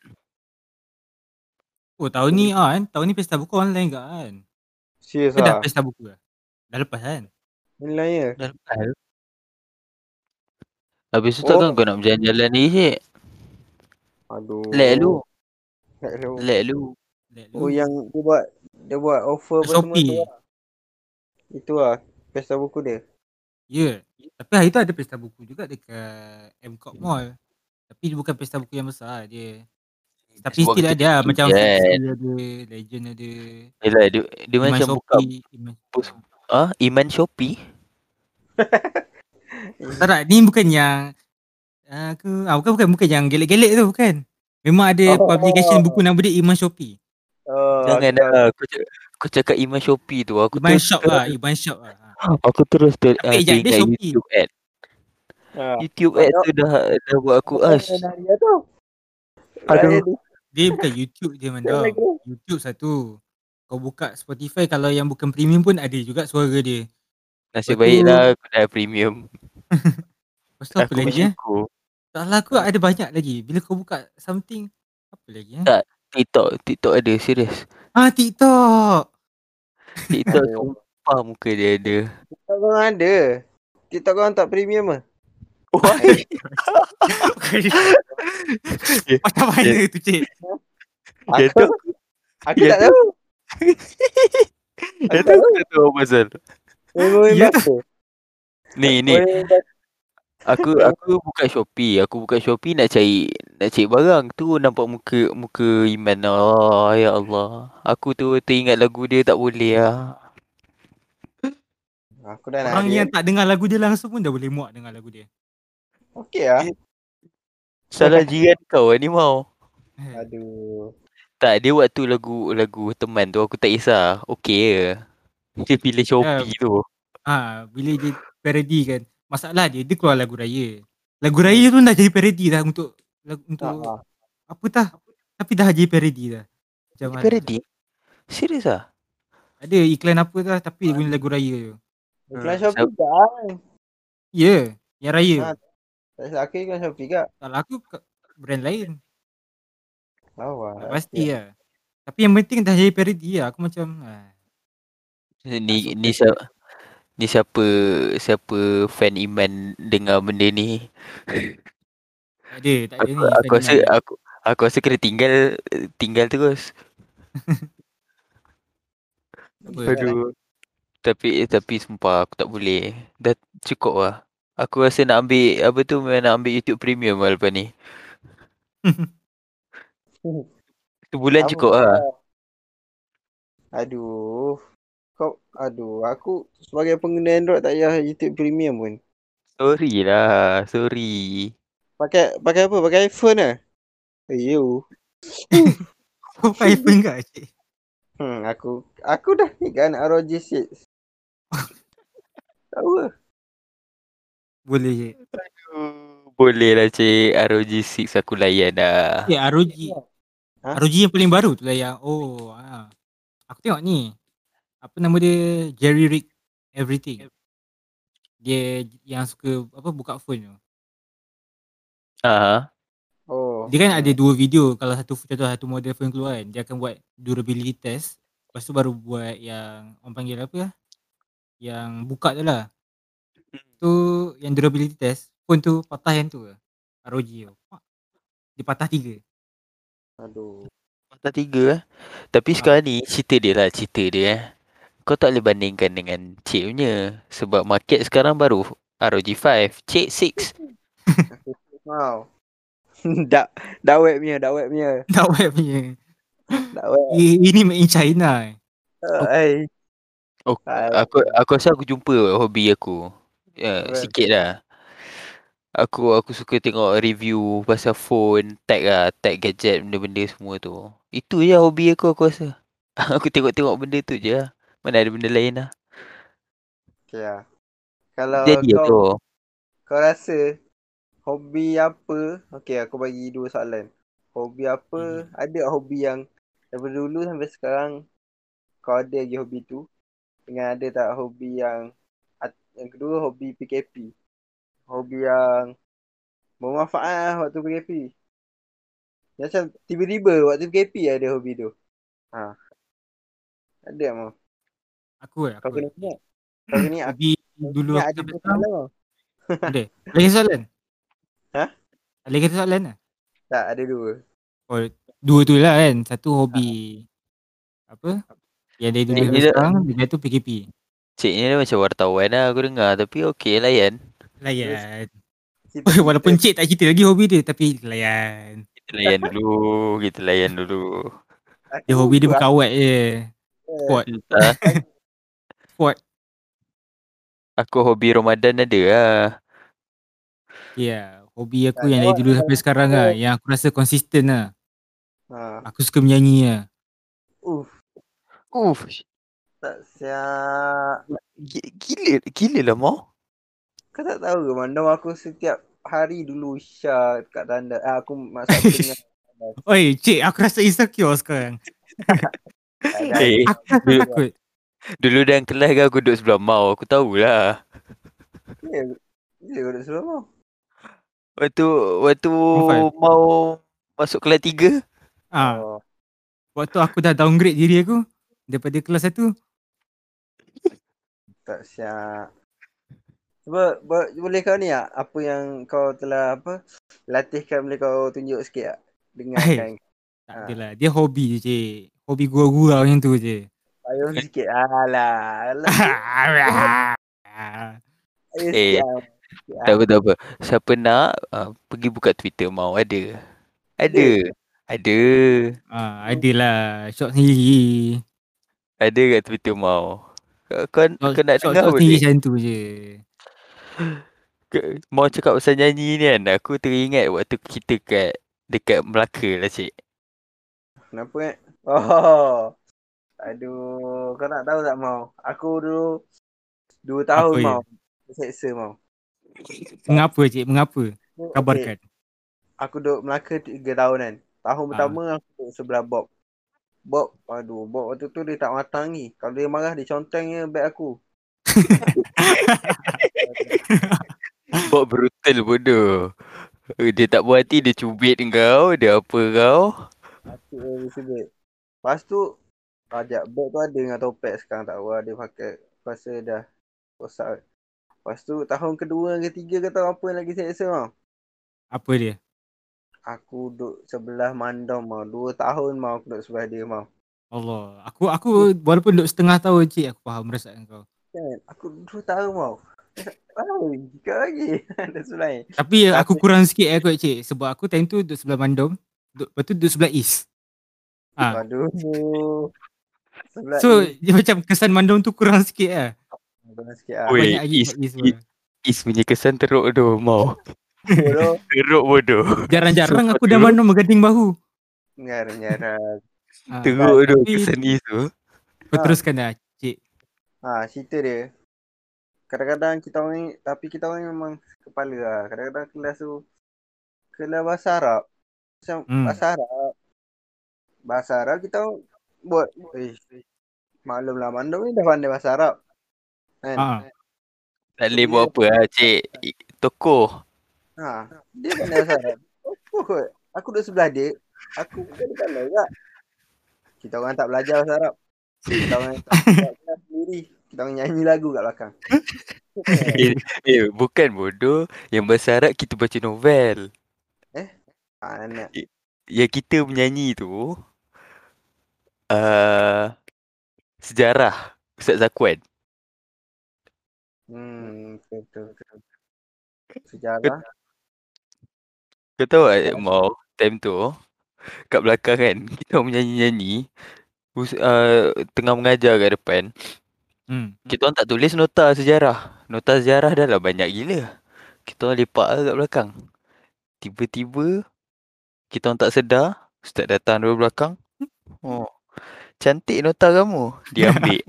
[SPEAKER 3] Oh tahun ni ah kan. Tahun ni pesta buku online ke kan.
[SPEAKER 2] Serius
[SPEAKER 3] Kau
[SPEAKER 2] lah.
[SPEAKER 3] dah pesta buku lah. Dah lepas kan.
[SPEAKER 2] Nilainya.
[SPEAKER 1] Dah lepas. Habis tu takkan kau nak berjalan-jalan ni cik?
[SPEAKER 2] Aduh.
[SPEAKER 1] Let lu.
[SPEAKER 2] Let lu.
[SPEAKER 1] Let lu.
[SPEAKER 3] Let
[SPEAKER 2] Oh
[SPEAKER 3] loose.
[SPEAKER 2] yang dia buat dia buat offer apa semua
[SPEAKER 3] Shopee.
[SPEAKER 2] tu lah. Itu lah pesta buku dia.
[SPEAKER 3] Ya. Tapi hari tu ada pesta buku juga dekat MCOP
[SPEAKER 1] Hmm.
[SPEAKER 3] Mall. Tapi dia bukan pesta buku yang besar dia. Tapi
[SPEAKER 1] Buat
[SPEAKER 3] still
[SPEAKER 1] kerja
[SPEAKER 3] ada lah. Macam
[SPEAKER 1] kan.
[SPEAKER 3] Fiksi ada, Legend ada.
[SPEAKER 1] Yelah, dia, dia
[SPEAKER 3] Iman
[SPEAKER 1] macam buka
[SPEAKER 3] Shopee, Iman-
[SPEAKER 1] bus- ah Iman Shopee.
[SPEAKER 3] Tak tak, ni bukan yang uh, ke, ah, bukan bukan bukan yang gelek-gelek tu bukan. Memang ada
[SPEAKER 2] Oh.
[SPEAKER 3] publication buku nama dia Iman Shopee.
[SPEAKER 2] Uh,
[SPEAKER 1] Jangan dah. Kau, cak- kau cakap Iman Shopee tu. Aku
[SPEAKER 3] Iman
[SPEAKER 1] terus
[SPEAKER 3] Shop lah, Iman Shop lah. Ah.
[SPEAKER 1] Aku terus ter, uh,
[SPEAKER 3] Tapi ejak dia
[SPEAKER 1] teringat
[SPEAKER 3] Shopee.
[SPEAKER 1] YouTube ad.
[SPEAKER 2] Ha.
[SPEAKER 1] YouTube ad tu dah, dah buat aku
[SPEAKER 2] Ah,
[SPEAKER 1] as.
[SPEAKER 2] Naria tu.
[SPEAKER 1] Aduh.
[SPEAKER 2] Naria tu.
[SPEAKER 3] Dia bukan YouTube je mandau.
[SPEAKER 2] Lagi.
[SPEAKER 3] YouTube satu. Kau buka Spotify kalau yang bukan premium pun ada juga suara dia.
[SPEAKER 1] Nasib
[SPEAKER 3] Lepas tu-
[SPEAKER 1] baiklah aku dah premium.
[SPEAKER 3] Lepas tu apa
[SPEAKER 1] Aku
[SPEAKER 3] lagi eh?
[SPEAKER 1] bersyukur.
[SPEAKER 3] Tak lah aku ada banyak lagi. Bila kau buka something apa lagi eh?
[SPEAKER 1] Tak. TikTok, TikTok ada serius.
[SPEAKER 3] Ah TikTok.
[SPEAKER 2] *laughs*
[SPEAKER 1] TikTok
[SPEAKER 2] Ada.
[SPEAKER 1] sumpah muka dia ada.
[SPEAKER 2] TikTok korang ada. TikTok korang tak premium ke?
[SPEAKER 3] *laughs* Macam mana tu cik?
[SPEAKER 1] *laughs* Dia
[SPEAKER 2] Aku,
[SPEAKER 1] tu,
[SPEAKER 2] aku
[SPEAKER 1] dia
[SPEAKER 2] tak tahu.
[SPEAKER 1] *laughs* dia tu aku tak tahu apa pasal.
[SPEAKER 2] Memang
[SPEAKER 3] Ya
[SPEAKER 2] yeah. apa?
[SPEAKER 1] Ni, ni. Aku aku buka Shopee. Aku buka Shopee nak cari nak cari barang. Tu nampak muka muka Iman. Oh, ya Allah. Aku tu teringat lagu dia tak boleh lah.
[SPEAKER 2] Aku dah nak.
[SPEAKER 3] Orang
[SPEAKER 2] ada.
[SPEAKER 3] yang tak dengar lagu dia langsung pun dah boleh muak dengar lagu dia.
[SPEAKER 2] Okey ah.
[SPEAKER 1] Salah jiran kau lah ni mau.
[SPEAKER 2] Aduh.
[SPEAKER 1] Tak, dia waktu lagu lagu teman tu aku tak kisah. Okey je. Dia pilih Shopee tu.
[SPEAKER 3] Ah, bila dia parody kan. Masalah dia dia keluar lagu raya. Lagu raya tu dah jadi parody dah untuk lagu, untuk
[SPEAKER 2] Tak ah.
[SPEAKER 3] apa tah? Tapi dah jadi parody dah. Macam
[SPEAKER 1] Dia
[SPEAKER 3] mana?
[SPEAKER 1] parody? Serius ah?
[SPEAKER 3] Ada iklan apa dah tapi dia guna lagu raya tu.
[SPEAKER 2] Iklan
[SPEAKER 1] Hmm,
[SPEAKER 2] Shopee tak ah.
[SPEAKER 3] Ya, yeah, yang raya.
[SPEAKER 2] Ah. Tak salah aku iklan Shopee kak.
[SPEAKER 3] Tak lah aku ke- brand lain.
[SPEAKER 2] Tahu ah.
[SPEAKER 3] Tak pasti lah. Tapi yang penting dah jadi parody lah. Aku macam ah,
[SPEAKER 1] Ni ni siapa ni siapa siapa fan Iman dengar benda ni?
[SPEAKER 3] tak ada, tak ada
[SPEAKER 1] Aku
[SPEAKER 3] ni.
[SPEAKER 1] aku rasa
[SPEAKER 3] Ferdinand.
[SPEAKER 1] aku aku rasa kena tinggal tinggal terus.
[SPEAKER 3] Apa?
[SPEAKER 1] Aduh. Tapi eh, tapi sumpah aku tak boleh. Dah cukup lah. Aku rasa nak ambil apa tu memang nak ambil YouTube Premium lah lepas ni. Sebulan
[SPEAKER 2] Apa
[SPEAKER 1] cukup lah.
[SPEAKER 2] Aduh. Kau aduh aku sebagai pengguna Android tak payah YouTube Premium pun.
[SPEAKER 1] Sorry lah. Sorry.
[SPEAKER 2] Pakai pakai apa? Pakai iPhone ah. You.
[SPEAKER 3] Kau pakai iPhone ke cik?
[SPEAKER 2] Hmm aku aku dah ni kan ROG 6. Tahu ke?
[SPEAKER 3] Boleh je.
[SPEAKER 1] Boleh lah cik. ROG 6 aku layan dah.
[SPEAKER 3] Ya, ROG.
[SPEAKER 2] Ha?
[SPEAKER 3] ROG yang paling baru tu lah yang oh ha. Aku tengok ni. Apa nama dia? Jerry Rick Everything. Dia yang suka apa buka phone tu.
[SPEAKER 1] Ah,
[SPEAKER 2] Oh.
[SPEAKER 3] Dia kan ada dua video kalau satu contoh satu model phone keluar kan, dia akan buat durability test. Lepas tu baru buat yang orang panggil apa lah? Yang buka tu lah.
[SPEAKER 2] Hmm.
[SPEAKER 3] Tu yang durability test, phone tu patah yang tu ke. ROG tu. Fuck. Dia patah tiga. *laughs*
[SPEAKER 2] Aduh.
[SPEAKER 1] Mata tiga eh. Tapi sekarang ni cerita dia lah cerita dia eh. Kau tak boleh bandingkan dengan cik punya. Sebab market sekarang baru ROG 5, cik 6.
[SPEAKER 2] Wow. *laughs* dak dak web punya, dak web punya.
[SPEAKER 3] Tak web punya.
[SPEAKER 2] Dak web.
[SPEAKER 3] I- Ini made in China. eh.
[SPEAKER 1] Ah,
[SPEAKER 2] Ai.
[SPEAKER 1] Oh, aku aku rasa aku jumpa hobi aku. Ya,
[SPEAKER 2] Well.
[SPEAKER 1] sikit lah. Aku aku suka tengok review pasal phone, tech lah, tech gadget, benda-benda semua tu. Itu je hobi aku aku rasa. *laughs* aku tengok-tengok benda tu je lah. Mana ada benda lain lah.
[SPEAKER 2] Okay lah. Kalau
[SPEAKER 1] Jadi
[SPEAKER 2] kau,
[SPEAKER 1] aku.
[SPEAKER 2] kau rasa hobi apa? Okay, aku bagi dua soalan. Hobi
[SPEAKER 3] Hmm.
[SPEAKER 2] apa? Ada tak hobi yang daripada dulu sampai sekarang kau ada lagi hobi tu? Dengan ada tak hobi yang at- yang kedua hobi PKP? Hobi yang bermanfaat lah waktu PKP. Macam tiba-tiba waktu PKP ada hobi tu. Ha. Ada tak mau?
[SPEAKER 3] Aku eh,
[SPEAKER 2] Kau
[SPEAKER 3] aku.
[SPEAKER 2] kena ingat. Kau kena ingat.
[SPEAKER 3] Tapi dulu
[SPEAKER 2] Ingat
[SPEAKER 3] aku
[SPEAKER 2] ada
[SPEAKER 3] sampai
[SPEAKER 2] dua
[SPEAKER 3] sekarang.
[SPEAKER 2] soalan tau.
[SPEAKER 3] Lagi soalan?
[SPEAKER 2] Ha?
[SPEAKER 3] Lagi satu soalan lah.
[SPEAKER 2] Tak, ada
[SPEAKER 3] *laughs*
[SPEAKER 2] dua.
[SPEAKER 3] Oh, dua tu lah kan. Satu hobi. Apa? Yang dari dulu
[SPEAKER 1] Yang
[SPEAKER 3] sampai
[SPEAKER 1] dia-
[SPEAKER 3] sekarang, dia tu PKP.
[SPEAKER 1] Cik ni dia macam wartawan lah aku dengar. Tapi okey lah, layan.
[SPEAKER 3] Layan.
[SPEAKER 2] Kita-
[SPEAKER 3] *laughs* Walaupun cik tak cerita lagi hobi dia tapi layan.
[SPEAKER 1] Kita layan dulu. Kita layan dulu.
[SPEAKER 2] Aku
[SPEAKER 3] Dia hobi
[SPEAKER 2] Oh,
[SPEAKER 3] dia
[SPEAKER 2] buat-
[SPEAKER 3] berkawat je. Squat.
[SPEAKER 1] Entah.
[SPEAKER 3] Squat.
[SPEAKER 1] Aku hobi Ramadan ada lah.
[SPEAKER 3] Ya. Yeah. Hobi aku yang dari dulu sampai sekarang lah. Yang aku rasa konsisten lah.
[SPEAKER 2] Ha.
[SPEAKER 3] Aku suka menyanyi lah.
[SPEAKER 2] Uf,
[SPEAKER 1] Uff.
[SPEAKER 2] tak siap.
[SPEAKER 1] Gila, gila lah mau.
[SPEAKER 2] Kau tak tahu ke mandau aku setiap hari dulu Isya dekat tanda. Ah, aku
[SPEAKER 3] *laughs*
[SPEAKER 2] maksud aku dengan
[SPEAKER 3] Oi, cik aku rasa insecure sekarang.
[SPEAKER 2] keadaan.
[SPEAKER 1] Eh,
[SPEAKER 3] Aku rasa
[SPEAKER 1] Dia-
[SPEAKER 3] takut.
[SPEAKER 1] dulu dalam kelas kan aku duduk sebelah mau. Aku tahulah.
[SPEAKER 2] Gila- Gila kau duduk sebelah kau.
[SPEAKER 1] Waktu waktu
[SPEAKER 3] Profile.
[SPEAKER 1] mau masuk kelas tiga
[SPEAKER 3] Ah,
[SPEAKER 2] Oh,
[SPEAKER 3] waktu aku dah downgrade diri aku daripada kelas 1
[SPEAKER 2] tak siap. Cuba, bo- boleh kau ni tak? Apa yang kau telah apa latihkan boleh kau tunjuk sikit tak? Dengarkan.
[SPEAKER 3] Eh. tak
[SPEAKER 2] Ah.
[SPEAKER 3] adalah dia hobi je cik. hobi gurau-gurau macam tu je
[SPEAKER 2] Payung sikit.
[SPEAKER 3] *laughs*
[SPEAKER 2] Alah. Alah.
[SPEAKER 3] Ah.
[SPEAKER 2] Payung
[SPEAKER 1] Eh,
[SPEAKER 2] sikit lah.
[SPEAKER 1] Tak apa tak apa Siapa nak uh, Pergi buka Twitter mau Ada Ada Ada
[SPEAKER 3] ah, adalah shot sendiri
[SPEAKER 1] Ada kat Twitter mau Kau, kau,
[SPEAKER 3] shot,
[SPEAKER 1] kau nak
[SPEAKER 3] shot,
[SPEAKER 1] dengar
[SPEAKER 3] shot sendiri
[SPEAKER 1] boleh
[SPEAKER 3] macam tu je
[SPEAKER 1] Ke- Mau cakap pasal nyanyi ni kan Aku teringat waktu kita kat Dekat Melaka lah cik
[SPEAKER 2] Kenapa eh? Oh. Aduh, kau nak tahu tak mau? Aku dulu 2 tahun
[SPEAKER 3] Apa
[SPEAKER 2] mau. Seksa mau.
[SPEAKER 3] mengapa cik mengapa kabarkan
[SPEAKER 2] aku duduk Melaka 3 tahun kan. Tahun pertama aku duduk sebelah Bob. Bob, aduh, Bob waktu tu dia tak matang ni. Kalau dia marah dia contengnya beg aku.
[SPEAKER 1] Hmm. Buat brutal bodoh Eh, Dia tak puas hati Dia cubit kau Dia apa kau
[SPEAKER 2] Aku eh, sebut. Lepas tu ajak beg tu ada dengan topek sekarang tak tahu lah dia pakai. Aku rasa dah rosak. kot. Lepas tu tahun kedua dan ketiga kau tahu apa yang lagi seksa mau?
[SPEAKER 3] *laughs* apa dia
[SPEAKER 2] Aku duduk sebelah Mandom mau. Dua tahun mau aku duduk sebelah dia mau.
[SPEAKER 3] Allah aku aku walaupun duduk setengah tahun cik aku faham perasaan kau
[SPEAKER 2] Kan? Aku dua tahun mau. Wow, kau lagi. *laughs* Ada selain.
[SPEAKER 3] tapi aku kurang sikit eh kot cik sebab aku time tu duduk sebelah Mandom duduk, lepas tu duduk sebelah East ah,
[SPEAKER 2] Aduh. Sebelah
[SPEAKER 3] so
[SPEAKER 2] ni,
[SPEAKER 3] dia macam kesan Mandom tu kurang sikit lah
[SPEAKER 2] Abang sikit lah.
[SPEAKER 1] Oi.
[SPEAKER 3] Banyak lagi
[SPEAKER 1] is-
[SPEAKER 3] is,
[SPEAKER 1] is- Is punya kesan teruk doh mau
[SPEAKER 2] Bodoh.
[SPEAKER 1] Teruk bodoh
[SPEAKER 3] Jarang-jarang
[SPEAKER 1] Sumpah
[SPEAKER 3] aku dah
[SPEAKER 1] teruk.
[SPEAKER 3] mana menggading bahu.
[SPEAKER 2] *laughs* Ngarang-ngarang.
[SPEAKER 3] Ha,
[SPEAKER 1] Teruk doh
[SPEAKER 3] tapi-
[SPEAKER 1] kesan ni tu
[SPEAKER 3] kau
[SPEAKER 2] Ah.
[SPEAKER 3] teruskan dah.
[SPEAKER 2] Ha, cerita dia. Kadang-kadang kita orang ni, tapi kita orang ni memang kepala lah. Kadang-kadang kelas tu, kelas bahasa Arab. Macam
[SPEAKER 3] Hmm.
[SPEAKER 2] bahasa Arab. Bahasa Arab kita orang buat, eh, maklumlah Mandom ni dah pandai bahasa Arab. Kan?
[SPEAKER 3] Ah.
[SPEAKER 1] Tak boleh buat apa lah cik *laughs* Tokoh
[SPEAKER 2] Ha, dia pandai bahasa Arab. Apa kot? Aku duduk sebelah dia. Aku bukan dia pandai juga. Kita orang tak belajar bahasa Arab. Kita orang tak buat kelas sendiri. Kita orang nyanyi lagu kat belakang.
[SPEAKER 1] eh, eh, bukan bodoh. Yang bahasa Arab kita baca novel.
[SPEAKER 2] Ha, anak.
[SPEAKER 1] Yang kita menyanyi tu uh, sejarah Ustaz Zakwan.
[SPEAKER 2] Hmm, betul, betul, betul. Sejarah.
[SPEAKER 1] Kau tahu tak mau time tu kat *laughs* ah, belakang kan kita menyanyi-nyanyi us- uh, tengah mengajar kat depan.
[SPEAKER 3] Hmm.
[SPEAKER 1] Kita orang tak tulis nota sejarah. Nota sejarah dah lah banyak gila. Kita orang lepak lah kat belakang. Tiba-tiba kita orang tak sedar, ustaz datang dari belakang. Oh. Cantik nota kamu. Dia ambil.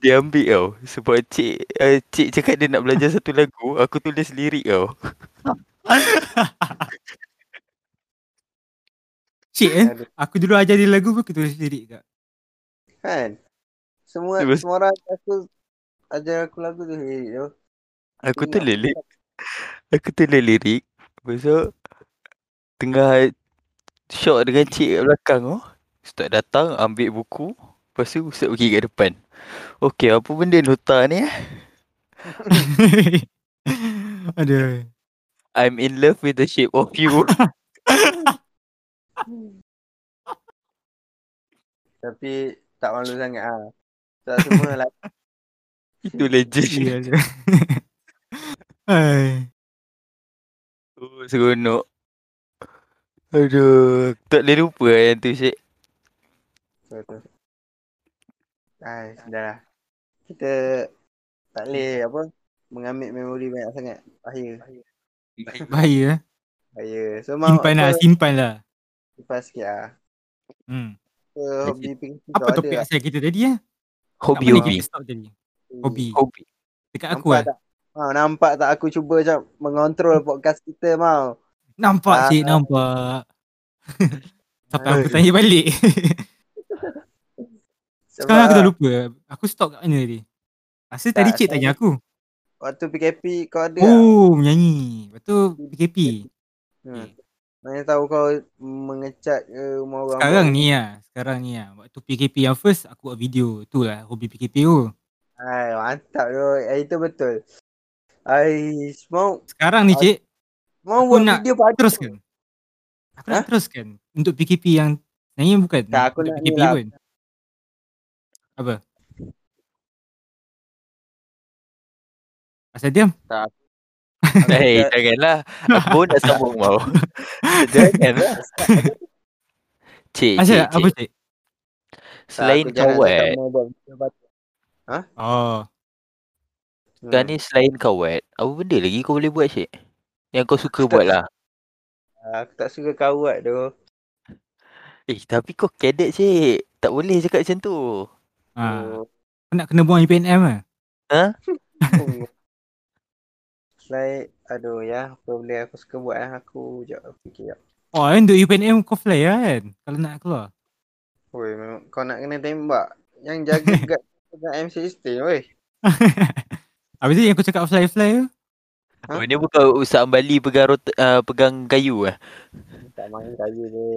[SPEAKER 1] dia ambil tau. Sebab cik uh, cik cakap dia nak belajar satu lagu, aku tulis lirik tau.
[SPEAKER 3] Cik eh.
[SPEAKER 2] Aduh.
[SPEAKER 3] Aku dulu ajar dia lagu pun aku tulis lirik
[SPEAKER 1] *laughs*
[SPEAKER 3] kat.
[SPEAKER 2] Kan? Semua
[SPEAKER 1] Lepas-
[SPEAKER 2] semua orang aku ajar aku lagu tu lirik tu.
[SPEAKER 1] Aku
[SPEAKER 2] Ingat
[SPEAKER 1] tulis lirik. *laughs* Aku tulis lirik. Lepas tu tengah shock dengan cik kat belakang tu. Ustaz datang ambil buku. Lepas tu Ustaz pergi kat depan. Okey, apa benda nota ni eh?
[SPEAKER 3] *laughs* Aduh.
[SPEAKER 1] I'm in love with the shape of you. *laughs*
[SPEAKER 2] Tapi tak malu sangat ah. Tak semua
[SPEAKER 3] *laughs*
[SPEAKER 2] lah.
[SPEAKER 1] Itu legend.
[SPEAKER 3] Ya. aduh. *laughs* Hai.
[SPEAKER 1] Oh, seronok. Aduh, aku tak boleh lupa lah yang tu Syed.
[SPEAKER 2] Betul. Ai, sudahlah. Kita tak
[SPEAKER 3] Hmm.
[SPEAKER 2] boleh apa mengambil memori banyak sangat. Bahaya.
[SPEAKER 3] Bahaya eh.
[SPEAKER 2] Bahaya. So mau
[SPEAKER 3] Simpan lah, simpan lah.
[SPEAKER 2] Simpan sikit ah.
[SPEAKER 3] Hmm.
[SPEAKER 2] Ke hobi pinky
[SPEAKER 3] Apa
[SPEAKER 2] kau
[SPEAKER 3] topik
[SPEAKER 2] ada. lah.
[SPEAKER 3] asal kita tadi eh? Kat
[SPEAKER 1] Hobi
[SPEAKER 3] mana
[SPEAKER 1] hobi.
[SPEAKER 3] kita stop tadi? Hobi.
[SPEAKER 1] Hobi.
[SPEAKER 3] Dekat aku
[SPEAKER 2] Nampak
[SPEAKER 3] lah.
[SPEAKER 2] tak? Ha, nampak tak aku cuba macam mengontrol podcast kita mau.
[SPEAKER 3] Nampak
[SPEAKER 2] Ah.
[SPEAKER 3] cik,
[SPEAKER 2] *laughs*
[SPEAKER 3] nampak. Sampai aku tanya balik.
[SPEAKER 2] Sebab
[SPEAKER 3] Sekarang aku dah lupa. Aku stop kat mana tadi? Rasa tadi
[SPEAKER 2] Tak,
[SPEAKER 3] cik tanya aku.
[SPEAKER 2] Waktu PKP kau ada oh.
[SPEAKER 3] Oh, menyanyi. Lepas tu PKP.
[SPEAKER 2] hmm. Mana tahu kau mengecat ke rumah orang.
[SPEAKER 3] Sekarang ni lah. Sekarang ni lah. Waktu PKP yang first, aku buat video. Tu lah hobi PKP tu.
[SPEAKER 2] Hai, mantap tu. Eh, itu betul. Ai, mau
[SPEAKER 3] Sekarang
[SPEAKER 2] Ah,
[SPEAKER 3] ni cik,
[SPEAKER 2] mau
[SPEAKER 3] Aku
[SPEAKER 2] buat
[SPEAKER 3] nak
[SPEAKER 2] video pada
[SPEAKER 3] teruskan. Aku nak teruskan. Untuk PKP yang sebenarnya bukan.
[SPEAKER 2] Tak, aku
[SPEAKER 3] untuk
[SPEAKER 2] nak
[SPEAKER 3] PKP
[SPEAKER 2] ni lah.
[SPEAKER 3] pun. Apa? Asal diam?
[SPEAKER 1] Hei, Eh, *laughs* janganlah. Aku pun nak sambung
[SPEAKER 3] *laughs*
[SPEAKER 1] mau. Janganlah. Cik, cik,
[SPEAKER 3] Asal apa
[SPEAKER 1] cik.
[SPEAKER 3] cik?
[SPEAKER 1] Selain eh. kawan,
[SPEAKER 3] Oh.
[SPEAKER 1] Kau ni selain kawat, apa benda lagi kau boleh buat Syed? Yang kau suka buat lah.
[SPEAKER 2] Ah, Aku tak suka kawat tu.
[SPEAKER 1] Eh tapi kau cadet Syed. Tak boleh cakap macam tu.
[SPEAKER 3] Ha.
[SPEAKER 2] *laughs*
[SPEAKER 3] Aku nak kena buang UPNM lah.
[SPEAKER 2] Oh. Like, aduh ya, apa boleh aku suka buat eh. Aku jap aku fikir jap.
[SPEAKER 3] Oh, kan untuk UPNM kau fly lah kan? Kalau nak keluar.
[SPEAKER 2] Oi, memang kau nak kena tembak. Yang
[SPEAKER 3] *laughs*
[SPEAKER 2] jaga guard dengan M16 weh.
[SPEAKER 3] Habis tu yang aku cakap fly-fly tu.
[SPEAKER 2] Ha?
[SPEAKER 1] Huh? Mana bukan Ustaz Ambali pegang, rota, uh, pegang kayu eh.
[SPEAKER 2] Tak main kayu tu.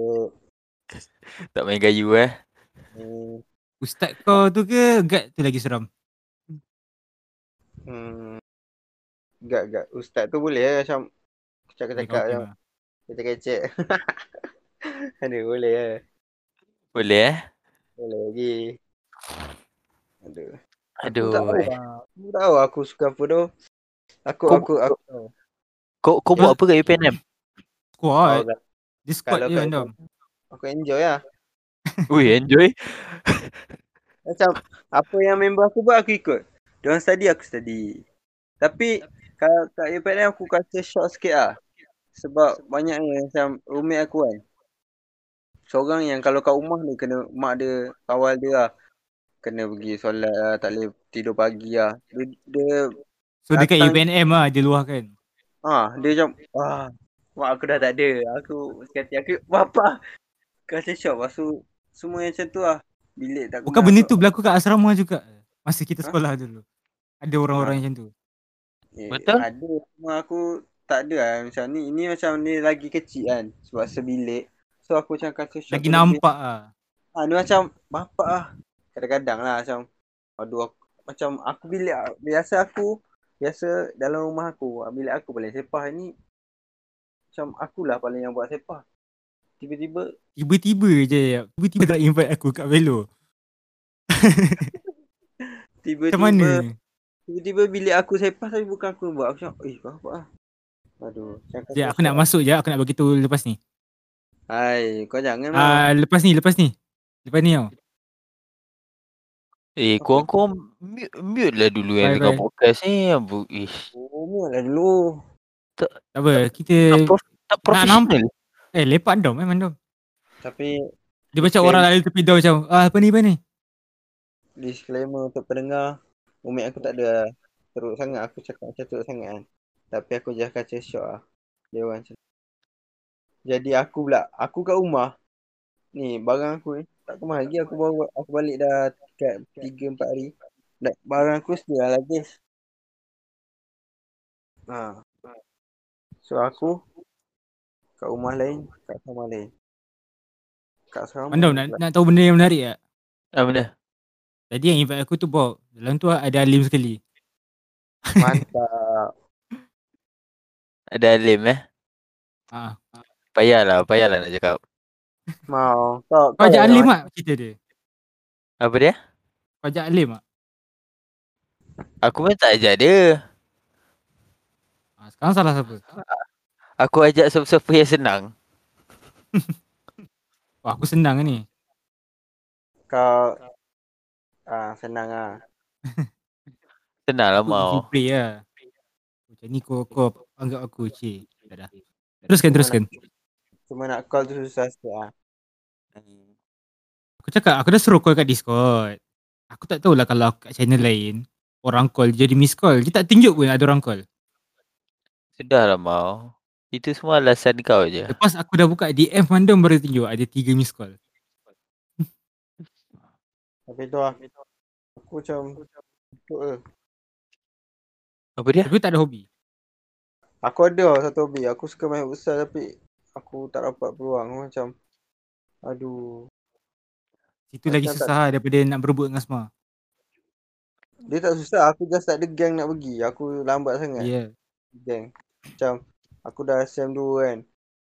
[SPEAKER 1] Tak main kayu eh.
[SPEAKER 2] Hmm.
[SPEAKER 3] Ustaz kau tu ke guard tu lagi seram?
[SPEAKER 2] Hmm. Gak gak ustaz tu boleh eh macam kecak-kecak
[SPEAKER 3] Kau
[SPEAKER 2] yang
[SPEAKER 3] tengok.
[SPEAKER 2] kecek-kecek. *laughs* Aduh boleh eh.
[SPEAKER 1] Boleh eh.
[SPEAKER 2] Boleh lagi. Aduh. Aku
[SPEAKER 1] Aduh.
[SPEAKER 2] tak tahu. lah. Aku tahu aku suka apa tu. Aku
[SPEAKER 1] Kau-
[SPEAKER 2] aku aku tahu.
[SPEAKER 1] Kau kau buat apa kat UPNM?
[SPEAKER 3] Squad.
[SPEAKER 2] Kalau-
[SPEAKER 3] Dia squad
[SPEAKER 2] Oh, kalau
[SPEAKER 3] je
[SPEAKER 2] kau-
[SPEAKER 3] random.
[SPEAKER 2] Aku enjoy lah.
[SPEAKER 1] Ui enjoy.
[SPEAKER 2] Macam apa yang member aku buat aku ikut. Diorang study aku study. Tapi kalau kat UPNM aku rasa shock sikit lah. Sebab banyak yang macam roommate aku kan. Seorang yang kalau kat rumah ni kena mak dia kawal dia lah. Kena pergi solat lah, tak boleh tidur pagi lah. Dia, dia,
[SPEAKER 3] So dekat
[SPEAKER 2] datang-
[SPEAKER 3] UPNM lah dia luahkan.
[SPEAKER 2] ha, dia macam, ah, mak aku dah tak ada. Aku sekati aku, bapa. Aku rasa shock. Lepas tu, semua yang macam tu lah. Bilik tak
[SPEAKER 3] Bukan
[SPEAKER 2] kenal
[SPEAKER 3] benda
[SPEAKER 2] aku.
[SPEAKER 3] tu berlaku kat asrama juga. Masa kita
[SPEAKER 2] Ha?
[SPEAKER 3] sekolah dulu. Ada orang-orang macam tu.
[SPEAKER 2] Eh,
[SPEAKER 1] Betul?
[SPEAKER 2] Ada cuma aku tak ada lah macam ni. Ini macam ni lagi kecil kan sebab sebilik. So aku macam kata shock
[SPEAKER 3] Lagi
[SPEAKER 2] tu
[SPEAKER 3] nampak ah.
[SPEAKER 2] Lebih, ha, dia macam bapak ah. Kadang-kadang lah macam aduh aku, macam aku bilik ah, biasa aku biasa dalam rumah aku ah, bilik aku paling sepah ni macam akulah paling yang buat sepah. Tiba-tiba
[SPEAKER 3] Tiba-tiba je Yap. Tiba-tiba nak invite aku kat velo
[SPEAKER 2] tiba-tiba
[SPEAKER 3] Macam mana?
[SPEAKER 2] tiba-tiba bilik aku sepah tapi bukan aku yang buat. Aku macam eh bapak ah. Aduh, macam kata
[SPEAKER 3] Sekejap aku nak
[SPEAKER 2] shock.
[SPEAKER 3] masuk je Aku nak bagi tahu lepas ni
[SPEAKER 2] Hai, kau jangan lah.
[SPEAKER 3] Ah Lepas ni Lepas ni Lepas ni tau
[SPEAKER 1] Eh, korang-korang mute, mute lah dulu yang
[SPEAKER 3] Bye,
[SPEAKER 1] dengar
[SPEAKER 3] bye.
[SPEAKER 1] podcast ni. Abu, ish.
[SPEAKER 2] Oh, lah dulu.
[SPEAKER 3] Tak apa, kita
[SPEAKER 1] Tak, prof- tak profesional.
[SPEAKER 3] eh lepak dom eh mandom.
[SPEAKER 2] Tapi
[SPEAKER 3] Dia macam
[SPEAKER 2] Okay.
[SPEAKER 3] orang lalu tepi dom macam, ah, apa ni apa ni?
[SPEAKER 2] disclaimer untuk pendengar, umik aku tak ada lah. teruk sangat. Aku cakap macam teruk sangat kan. Tapi aku just kaca syok lah. Dia orang macam Jadi aku pula, aku kat rumah. Ni barang aku ni. Tak kemas lagi aku baru aku balik dah dekat 3 4 hari. Dan barang aku still lah lagi. Ha. So aku kat rumah lain, kat sama lain. Kat sama.
[SPEAKER 3] Mandom nak, nak tahu benda yang menarik tak?
[SPEAKER 1] Ah, benda.
[SPEAKER 3] Tadi yang invite aku tu Bob. Dalam tu ada Alim sekali.
[SPEAKER 2] mantap.
[SPEAKER 1] Ada alim eh.
[SPEAKER 3] Ha.
[SPEAKER 1] Payahlah, payahlah lah nak cakap.
[SPEAKER 2] Mau. Kau,
[SPEAKER 3] Kau ajak
[SPEAKER 2] yang
[SPEAKER 3] Alim tak cerita dia?
[SPEAKER 1] Apa dia?
[SPEAKER 3] Kau ajak Alim ah. tak?
[SPEAKER 1] Aku pun tak ajak dia.
[SPEAKER 3] Ha, sekarang salah siapa?
[SPEAKER 1] Aku ajak siapa-siapa yang senang.
[SPEAKER 3] Wah, aku senang ni.
[SPEAKER 2] Kau ah senang ah.
[SPEAKER 1] Senang
[SPEAKER 3] *laughs*
[SPEAKER 1] lah
[SPEAKER 3] Aku easy
[SPEAKER 1] mau.
[SPEAKER 3] play lah. Macam ni kau, kau anggap aku cik. Dah dah. Teruskan, teruskan.
[SPEAKER 2] Cuma nak call tu susah sikit ah.
[SPEAKER 3] Aku cakap, aku dah suruh call kat Discord. Aku tak tahulah kalau aku kat channel lain. Orang call jadi miss call. Dia tak tunjuk pun ada orang call.
[SPEAKER 1] Sudah lah mau. Itu semua alasan kau je.
[SPEAKER 3] Lepas aku dah buka DM random baru tunjuk ada tiga miss call.
[SPEAKER 2] Tapi tu ah. Aku macam Betul ke?
[SPEAKER 1] Apa dia?
[SPEAKER 3] Tapi tak ada hobi.
[SPEAKER 2] Aku ada lah satu hobi. Aku suka main futsal tapi aku tak dapat peluang. Aku macam aduh.
[SPEAKER 3] Situ lagi
[SPEAKER 2] Macam tak-
[SPEAKER 3] susah daripada nak berebut dengan Asma.
[SPEAKER 2] Dia tak susah. Aku just tak ada gang nak pergi. Aku lambat
[SPEAKER 3] Ya.
[SPEAKER 2] sangat
[SPEAKER 3] Yeah.
[SPEAKER 2] gang. Macam aku dah SEM 2 kan.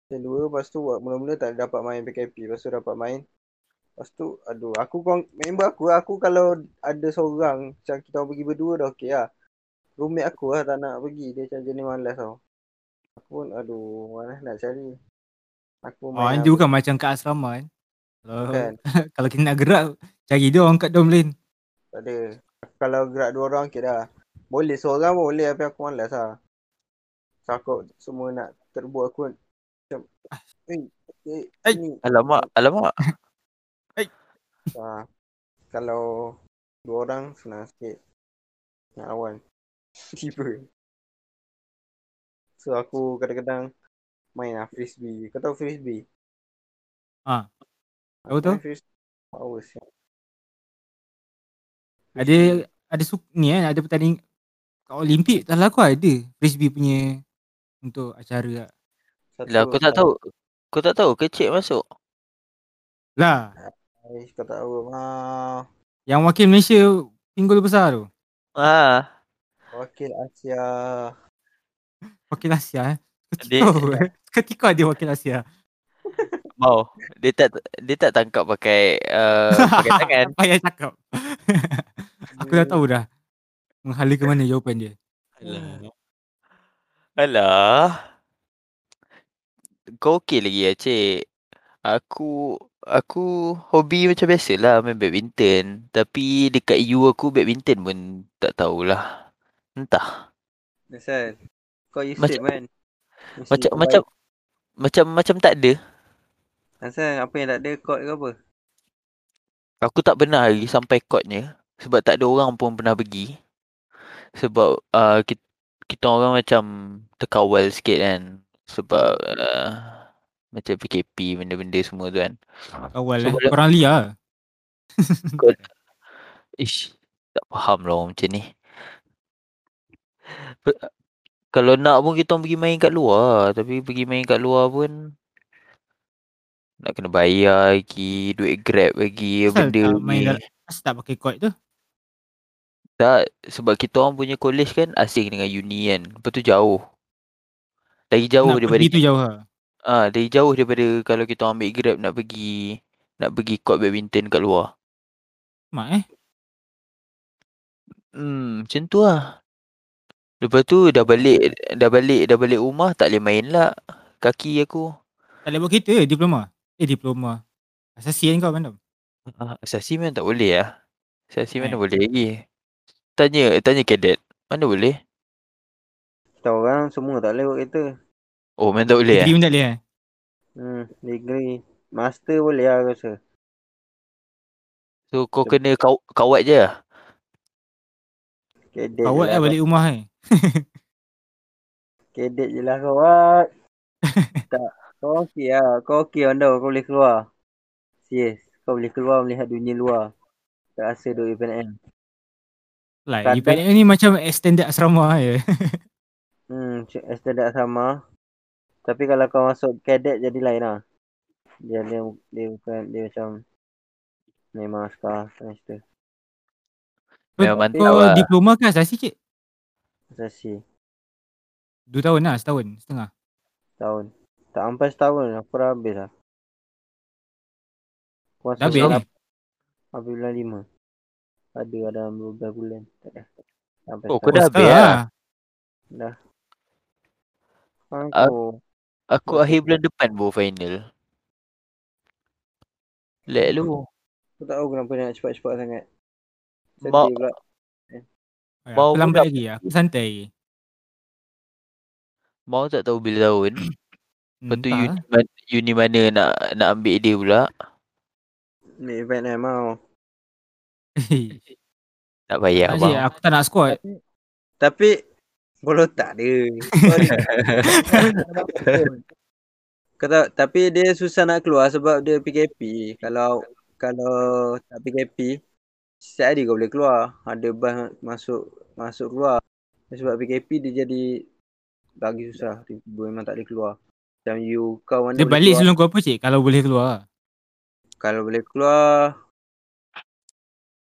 [SPEAKER 2] SEM 2 lepas tu buat mula-mula tak dapat main PKP. Lepas tu dapat main. Lepas tu aduh aku kong, member aku aku kalau ada seorang macam kita orang pergi berdua dah okey lah. Roommate aku lah tak nak pergi. Dia macam jenis malas tau. Aku pun aduh malas nak cari. Aku
[SPEAKER 3] Oh,
[SPEAKER 2] main
[SPEAKER 3] dia bukan macam kat asrama kan. Kalau
[SPEAKER 2] Bukan.
[SPEAKER 3] *laughs* kalau kita nak gerak cari dia orang kat dorm lain.
[SPEAKER 2] Tak ada. Kalau gerak dua orang okey dah. Boleh seorang pun boleh tapi aku malas lah. Takut semua nak terbuat aku macam eh, eh,
[SPEAKER 3] Ai.
[SPEAKER 2] ni
[SPEAKER 1] Alamak, alamak.
[SPEAKER 2] Ha. Kalau dua orang senang sikit nak lawan. *laughs* Tiba. So aku kadang-kadang main lah frisbee. Kau tahu frisbee?
[SPEAKER 3] Ah.
[SPEAKER 2] Aku
[SPEAKER 3] Tahu tahu.
[SPEAKER 2] main Frisbee. ya. Power siap.
[SPEAKER 3] Ada ada su- ni kan ada pertanding kat Olimpik tak lah aku ada frisbee punya untuk acara lah.
[SPEAKER 2] Satu
[SPEAKER 1] Lah kau tak
[SPEAKER 2] orang
[SPEAKER 1] tahu. Kau tak tahu ke cik masuk?
[SPEAKER 3] Lah,
[SPEAKER 2] Malaysia, Kau tak tahu. Ha.
[SPEAKER 3] yang wakil Malaysia pinggul besar tu.
[SPEAKER 1] Ah,
[SPEAKER 2] Wakil Asia.
[SPEAKER 3] Wakil Asia eh.
[SPEAKER 1] Dia-
[SPEAKER 3] Ketika, ketika ada wakil Asia.
[SPEAKER 1] mau. Dia tak dia tak tangkap pakai *laughs* uh, pakai tangan.
[SPEAKER 3] Tak payah cakap. *laughs* aku dah tahu dah. Menghala ke mana jawapan dia.
[SPEAKER 1] Alah. Alah. Kau okey lagi ya, cik. Aku aku hobi macam biasa lah main badminton. Tapi dekat EU aku badminton pun tak tahulah. Entah.
[SPEAKER 2] Asal. kan? Kau
[SPEAKER 1] Macam-
[SPEAKER 2] Yusuf kan?
[SPEAKER 1] Macam
[SPEAKER 2] Mesti kau
[SPEAKER 1] macam macam macam tak ada.
[SPEAKER 2] baik. Asal Kan, apa yang tak ada kod ke apa?
[SPEAKER 1] Aku tak pernah lagi sampai courtnya sebab tak ada orang pun pernah pergi. Sebab uh, kita, kita orang macam terkawal sikit kan. Sebab uh, macam PKP benda-benda semua tu kan.
[SPEAKER 3] Awal
[SPEAKER 1] So,
[SPEAKER 3] eh.
[SPEAKER 1] boleh-
[SPEAKER 3] Orang Lia. lah.
[SPEAKER 1] Ish, tak faham lah orang macam ni. Pe- Kalau nak pun kita orang pergi main kat luar. Tapi pergi main kat luar pun nak kena bayar lagi, duit grab
[SPEAKER 3] *laughs*
[SPEAKER 1] lagi,
[SPEAKER 3] Asal
[SPEAKER 1] benda
[SPEAKER 3] tak main
[SPEAKER 1] lagi.
[SPEAKER 3] dalam- Asal tak pakai kot tu.
[SPEAKER 1] Tak, sebab kita orang punya college kan asing dengan uni kan. Lepas tu jauh. Lagi jauh
[SPEAKER 3] Nak
[SPEAKER 1] daripada
[SPEAKER 3] pergi tu jauh lah.
[SPEAKER 1] ah, lagi jauh daripada kalau kita orang ambil Grab nak pergi nak pergi court badminton kat luar.
[SPEAKER 3] Mak eh.
[SPEAKER 1] Hmm, macam tu lah. Lepas tu dah balik dah balik dah balik rumah tak boleh main lah kaki aku.
[SPEAKER 3] Tak boleh buat kereta eh, diploma. Eh diploma. Asasi kan kau Bandam.
[SPEAKER 1] Ah, asasi memang tak boleh lah. Saksi
[SPEAKER 3] Kan?
[SPEAKER 1] mana boleh lagi. Tanya tanya cadet. Mana boleh?
[SPEAKER 2] Kita orang semua tak boleh buat kereta.
[SPEAKER 1] Oh, mana tak boleh eh?
[SPEAKER 3] Degree pun tak boleh eh?
[SPEAKER 2] Hmm, degree. Master boleh lah aku rasa.
[SPEAKER 1] So kau kena kaw- kawat je lah.
[SPEAKER 2] Kedek
[SPEAKER 3] Kawat
[SPEAKER 2] je
[SPEAKER 3] lah
[SPEAKER 2] lah.
[SPEAKER 3] balik rumah eh.
[SPEAKER 2] Kedek je lah kawat. tak. Kau okey lah. Kau okey on tau. Kau boleh keluar. Serius. Kau boleh keluar melihat dunia luar. Tak rasa duduk UPNM.
[SPEAKER 3] Lah,
[SPEAKER 2] Kadang-
[SPEAKER 3] UPNM ni macam extended asrama lah, ya. je.
[SPEAKER 2] Hmm, c- standard sama. Tapi kalau kau masuk kedek jadi lain lah. Dia, dia, dia bukan, dia macam memang askar. Macam tu.
[SPEAKER 1] *laughs* Memang mantap
[SPEAKER 2] Tapi
[SPEAKER 3] Kau
[SPEAKER 1] lah.
[SPEAKER 3] diploma kan asal sikit?
[SPEAKER 2] Sasi.
[SPEAKER 3] Dua tahun lah, setahun, setengah.
[SPEAKER 2] Tahun. Tak sampai setahun. Aku dah habis lah. Aku
[SPEAKER 3] Dah habis
[SPEAKER 2] bulan
[SPEAKER 3] ni.
[SPEAKER 2] Habis bulan lima. Ada ada beberapa bulan. Tak ada. Sampai
[SPEAKER 1] Oh,
[SPEAKER 2] setahun.
[SPEAKER 1] kau dah habis
[SPEAKER 3] setengah
[SPEAKER 1] lah. Ah.
[SPEAKER 2] Aku.
[SPEAKER 1] Aku akhir bulan depan baru final. Let lu.
[SPEAKER 2] Aku tak tahu kenapa dia nak cepat-cepat sangat. Sedih
[SPEAKER 1] Mak-
[SPEAKER 2] pula.
[SPEAKER 3] Eh,
[SPEAKER 1] Mau
[SPEAKER 3] Aku lambat
[SPEAKER 1] pun
[SPEAKER 3] lagi Aku santai lagi.
[SPEAKER 1] Mau tak tahu bila *clears throat* tahun.
[SPEAKER 3] Hmm,
[SPEAKER 1] Lepas tu
[SPEAKER 3] entah
[SPEAKER 1] *laughs* uni, man, uni mana nak nak ambil dia pula.
[SPEAKER 2] Ni event lah mau.
[SPEAKER 3] lah.
[SPEAKER 1] Ya Nak bayar
[SPEAKER 3] Tak
[SPEAKER 1] abang.
[SPEAKER 3] Cik, aku tak nak squat.
[SPEAKER 1] *laughs*
[SPEAKER 2] Tapi. Bolot tak dia. Sorry. Kau tahu, tapi dia susah nak keluar sebab dia PKP. Kalau kalau tak PKP, setiap hari kau boleh keluar. Ada bas masuk masuk keluar. Sebab PKP dia jadi lagi susah. Tiba-tiba memang tak boleh keluar. Macam you kau mana
[SPEAKER 3] Dia
[SPEAKER 2] boleh
[SPEAKER 3] balik
[SPEAKER 2] keluar.
[SPEAKER 3] sebelum kau apa cik? Kalau boleh keluar. lah.
[SPEAKER 2] Kalau boleh keluar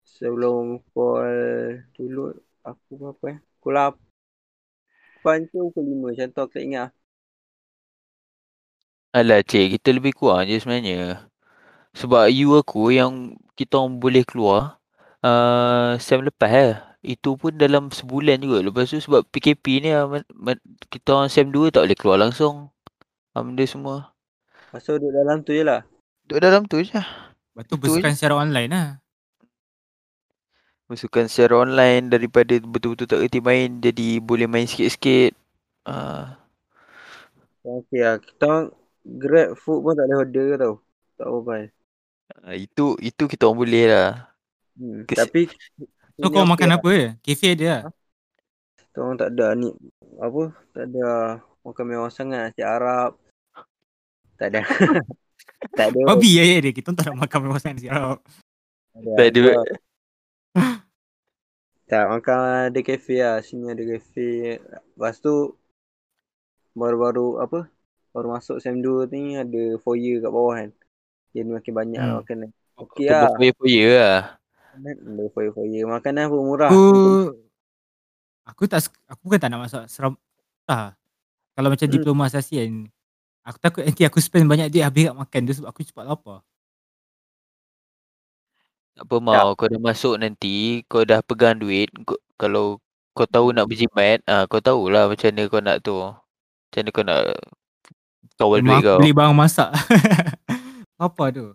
[SPEAKER 2] sebelum pukul dulu aku berapa eh? Pukul 8 ke pukul 5 macam tu aku tak ingat.
[SPEAKER 1] Alah cik, kita lebih kurang je sebenarnya. Sebab you aku yang kita orang boleh keluar uh, sem lepas eh. Itu pun dalam sebulan juga. Lepas tu sebab PKP ni ah, man- man- kita orang sem 2 tak boleh keluar langsung. Ah, Benda semua.
[SPEAKER 2] Masuk duduk dalam tu je lah.
[SPEAKER 1] Duduk dalam tu je.
[SPEAKER 3] Lepas tu
[SPEAKER 1] Betul.
[SPEAKER 3] bersukan secara online lah.
[SPEAKER 1] Masukkan secara online daripada betul-betul tak kerti main jadi boleh main sikit-sikit. Ah,
[SPEAKER 2] Okey lah. Kita orang grab food pun tak boleh order ke tau. Tak mobile.
[SPEAKER 1] ah, itu itu kita orang boleh lah.
[SPEAKER 2] Hmm.
[SPEAKER 1] Kes-
[SPEAKER 2] Tapi
[SPEAKER 3] So kau makan apa je? Kafe dia lah.
[SPEAKER 2] Kita orang tak ada ni apa? Tak ada makan mewah sangat nasi Arab. Tak ada. *laughs* tak ada.
[SPEAKER 3] Babi ya ya dia. Kita tak nak makan memang sangat siap.
[SPEAKER 1] Tak ada.
[SPEAKER 2] Tak makan ada kafe lah. Sini ada kafe. Lepas tu baru-baru apa? Baru masuk SEM 2 ni ada foyer kat bawah kan. Jadi makin banyak
[SPEAKER 3] Hmm.
[SPEAKER 2] lah makanan. Okey
[SPEAKER 1] Kita
[SPEAKER 2] lah.
[SPEAKER 1] berfoya-foya lah.
[SPEAKER 2] Ada foyer-foyer. Makanan pun murah.
[SPEAKER 3] Aku aku tak suka- aku bukan tak nak masuk seram. Ah. Kalau macam
[SPEAKER 2] Hmm.
[SPEAKER 3] diploma asasi kan. Aku takut nanti aku spend banyak duit habis kat makan tu sebab aku cepat lapar.
[SPEAKER 1] Tak apa mau, kau dah masuk nanti, kau dah pegang duit, kau, kalau kau tahu nak berjimat, ah kau tahulah macam mana kau nak tu. Macam mana kau nak kawal
[SPEAKER 3] Memang
[SPEAKER 1] duit
[SPEAKER 3] aku
[SPEAKER 1] kau.
[SPEAKER 3] beli barang masak. *laughs* Apa tu?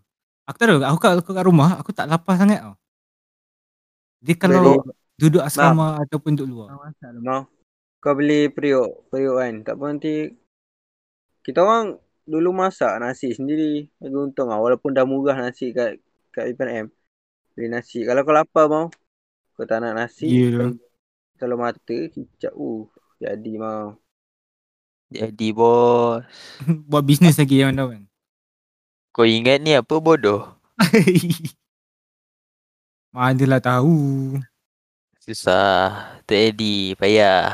[SPEAKER 3] Aku tak tahu. Aku kat, aku kat rumah aku tak lapar sangat tau. Dia kalau duduk asrama ataupun duduk luar.
[SPEAKER 2] Mau. Kau beli periuk. Periuk kan. Tak pun nanti. Kita orang dulu masak nasi sendiri. Lagi untung lah. Walaupun dah murah nasi kat kat UPNM. Beli nasi. Kalau kau lapar mau. Kau tak nak nasi.
[SPEAKER 3] Ya *laughs* tu.
[SPEAKER 2] Kalau mata kicap. Uh. Jadi mau.
[SPEAKER 1] Jadi bos,
[SPEAKER 3] Buat bisnes lagi yang tahu kan.
[SPEAKER 1] kau ingat ni apa bodoh?
[SPEAKER 3] *laughs* Madalah tahu.
[SPEAKER 1] Susah, tak jadi, payah.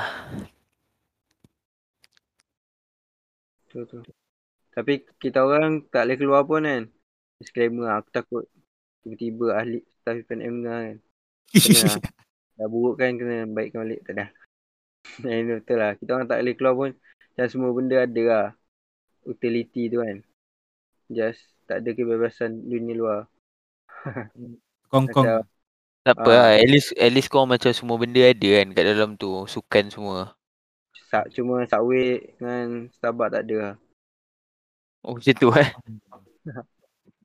[SPEAKER 2] Tu tu. Tapi kita orang tak boleh keluar pun kan. Disclaimer lah. Aku takut. Tiba-tiba ahli staff UPNM dengar kan. Kena.
[SPEAKER 3] *laughs*
[SPEAKER 2] Dah buruk kan kena baikkan balik tak dah. *laughs* Yang ni betul lah. Kita orang tak boleh keluar pun dan semua benda ada lah. Utility tu kan. Just tak ada kebebasan dunia luar. *laughs*
[SPEAKER 3] Kongkong.
[SPEAKER 2] Macam-
[SPEAKER 1] Tak apa
[SPEAKER 2] Ah.
[SPEAKER 1] lah, at least, at least kau macam semua benda ada kan kat dalam tu, sukan semua.
[SPEAKER 2] Sa- cuma Subway dengan Starbucks tak ada lah.
[SPEAKER 1] Oh macam tu eh.
[SPEAKER 3] eh,
[SPEAKER 2] lah.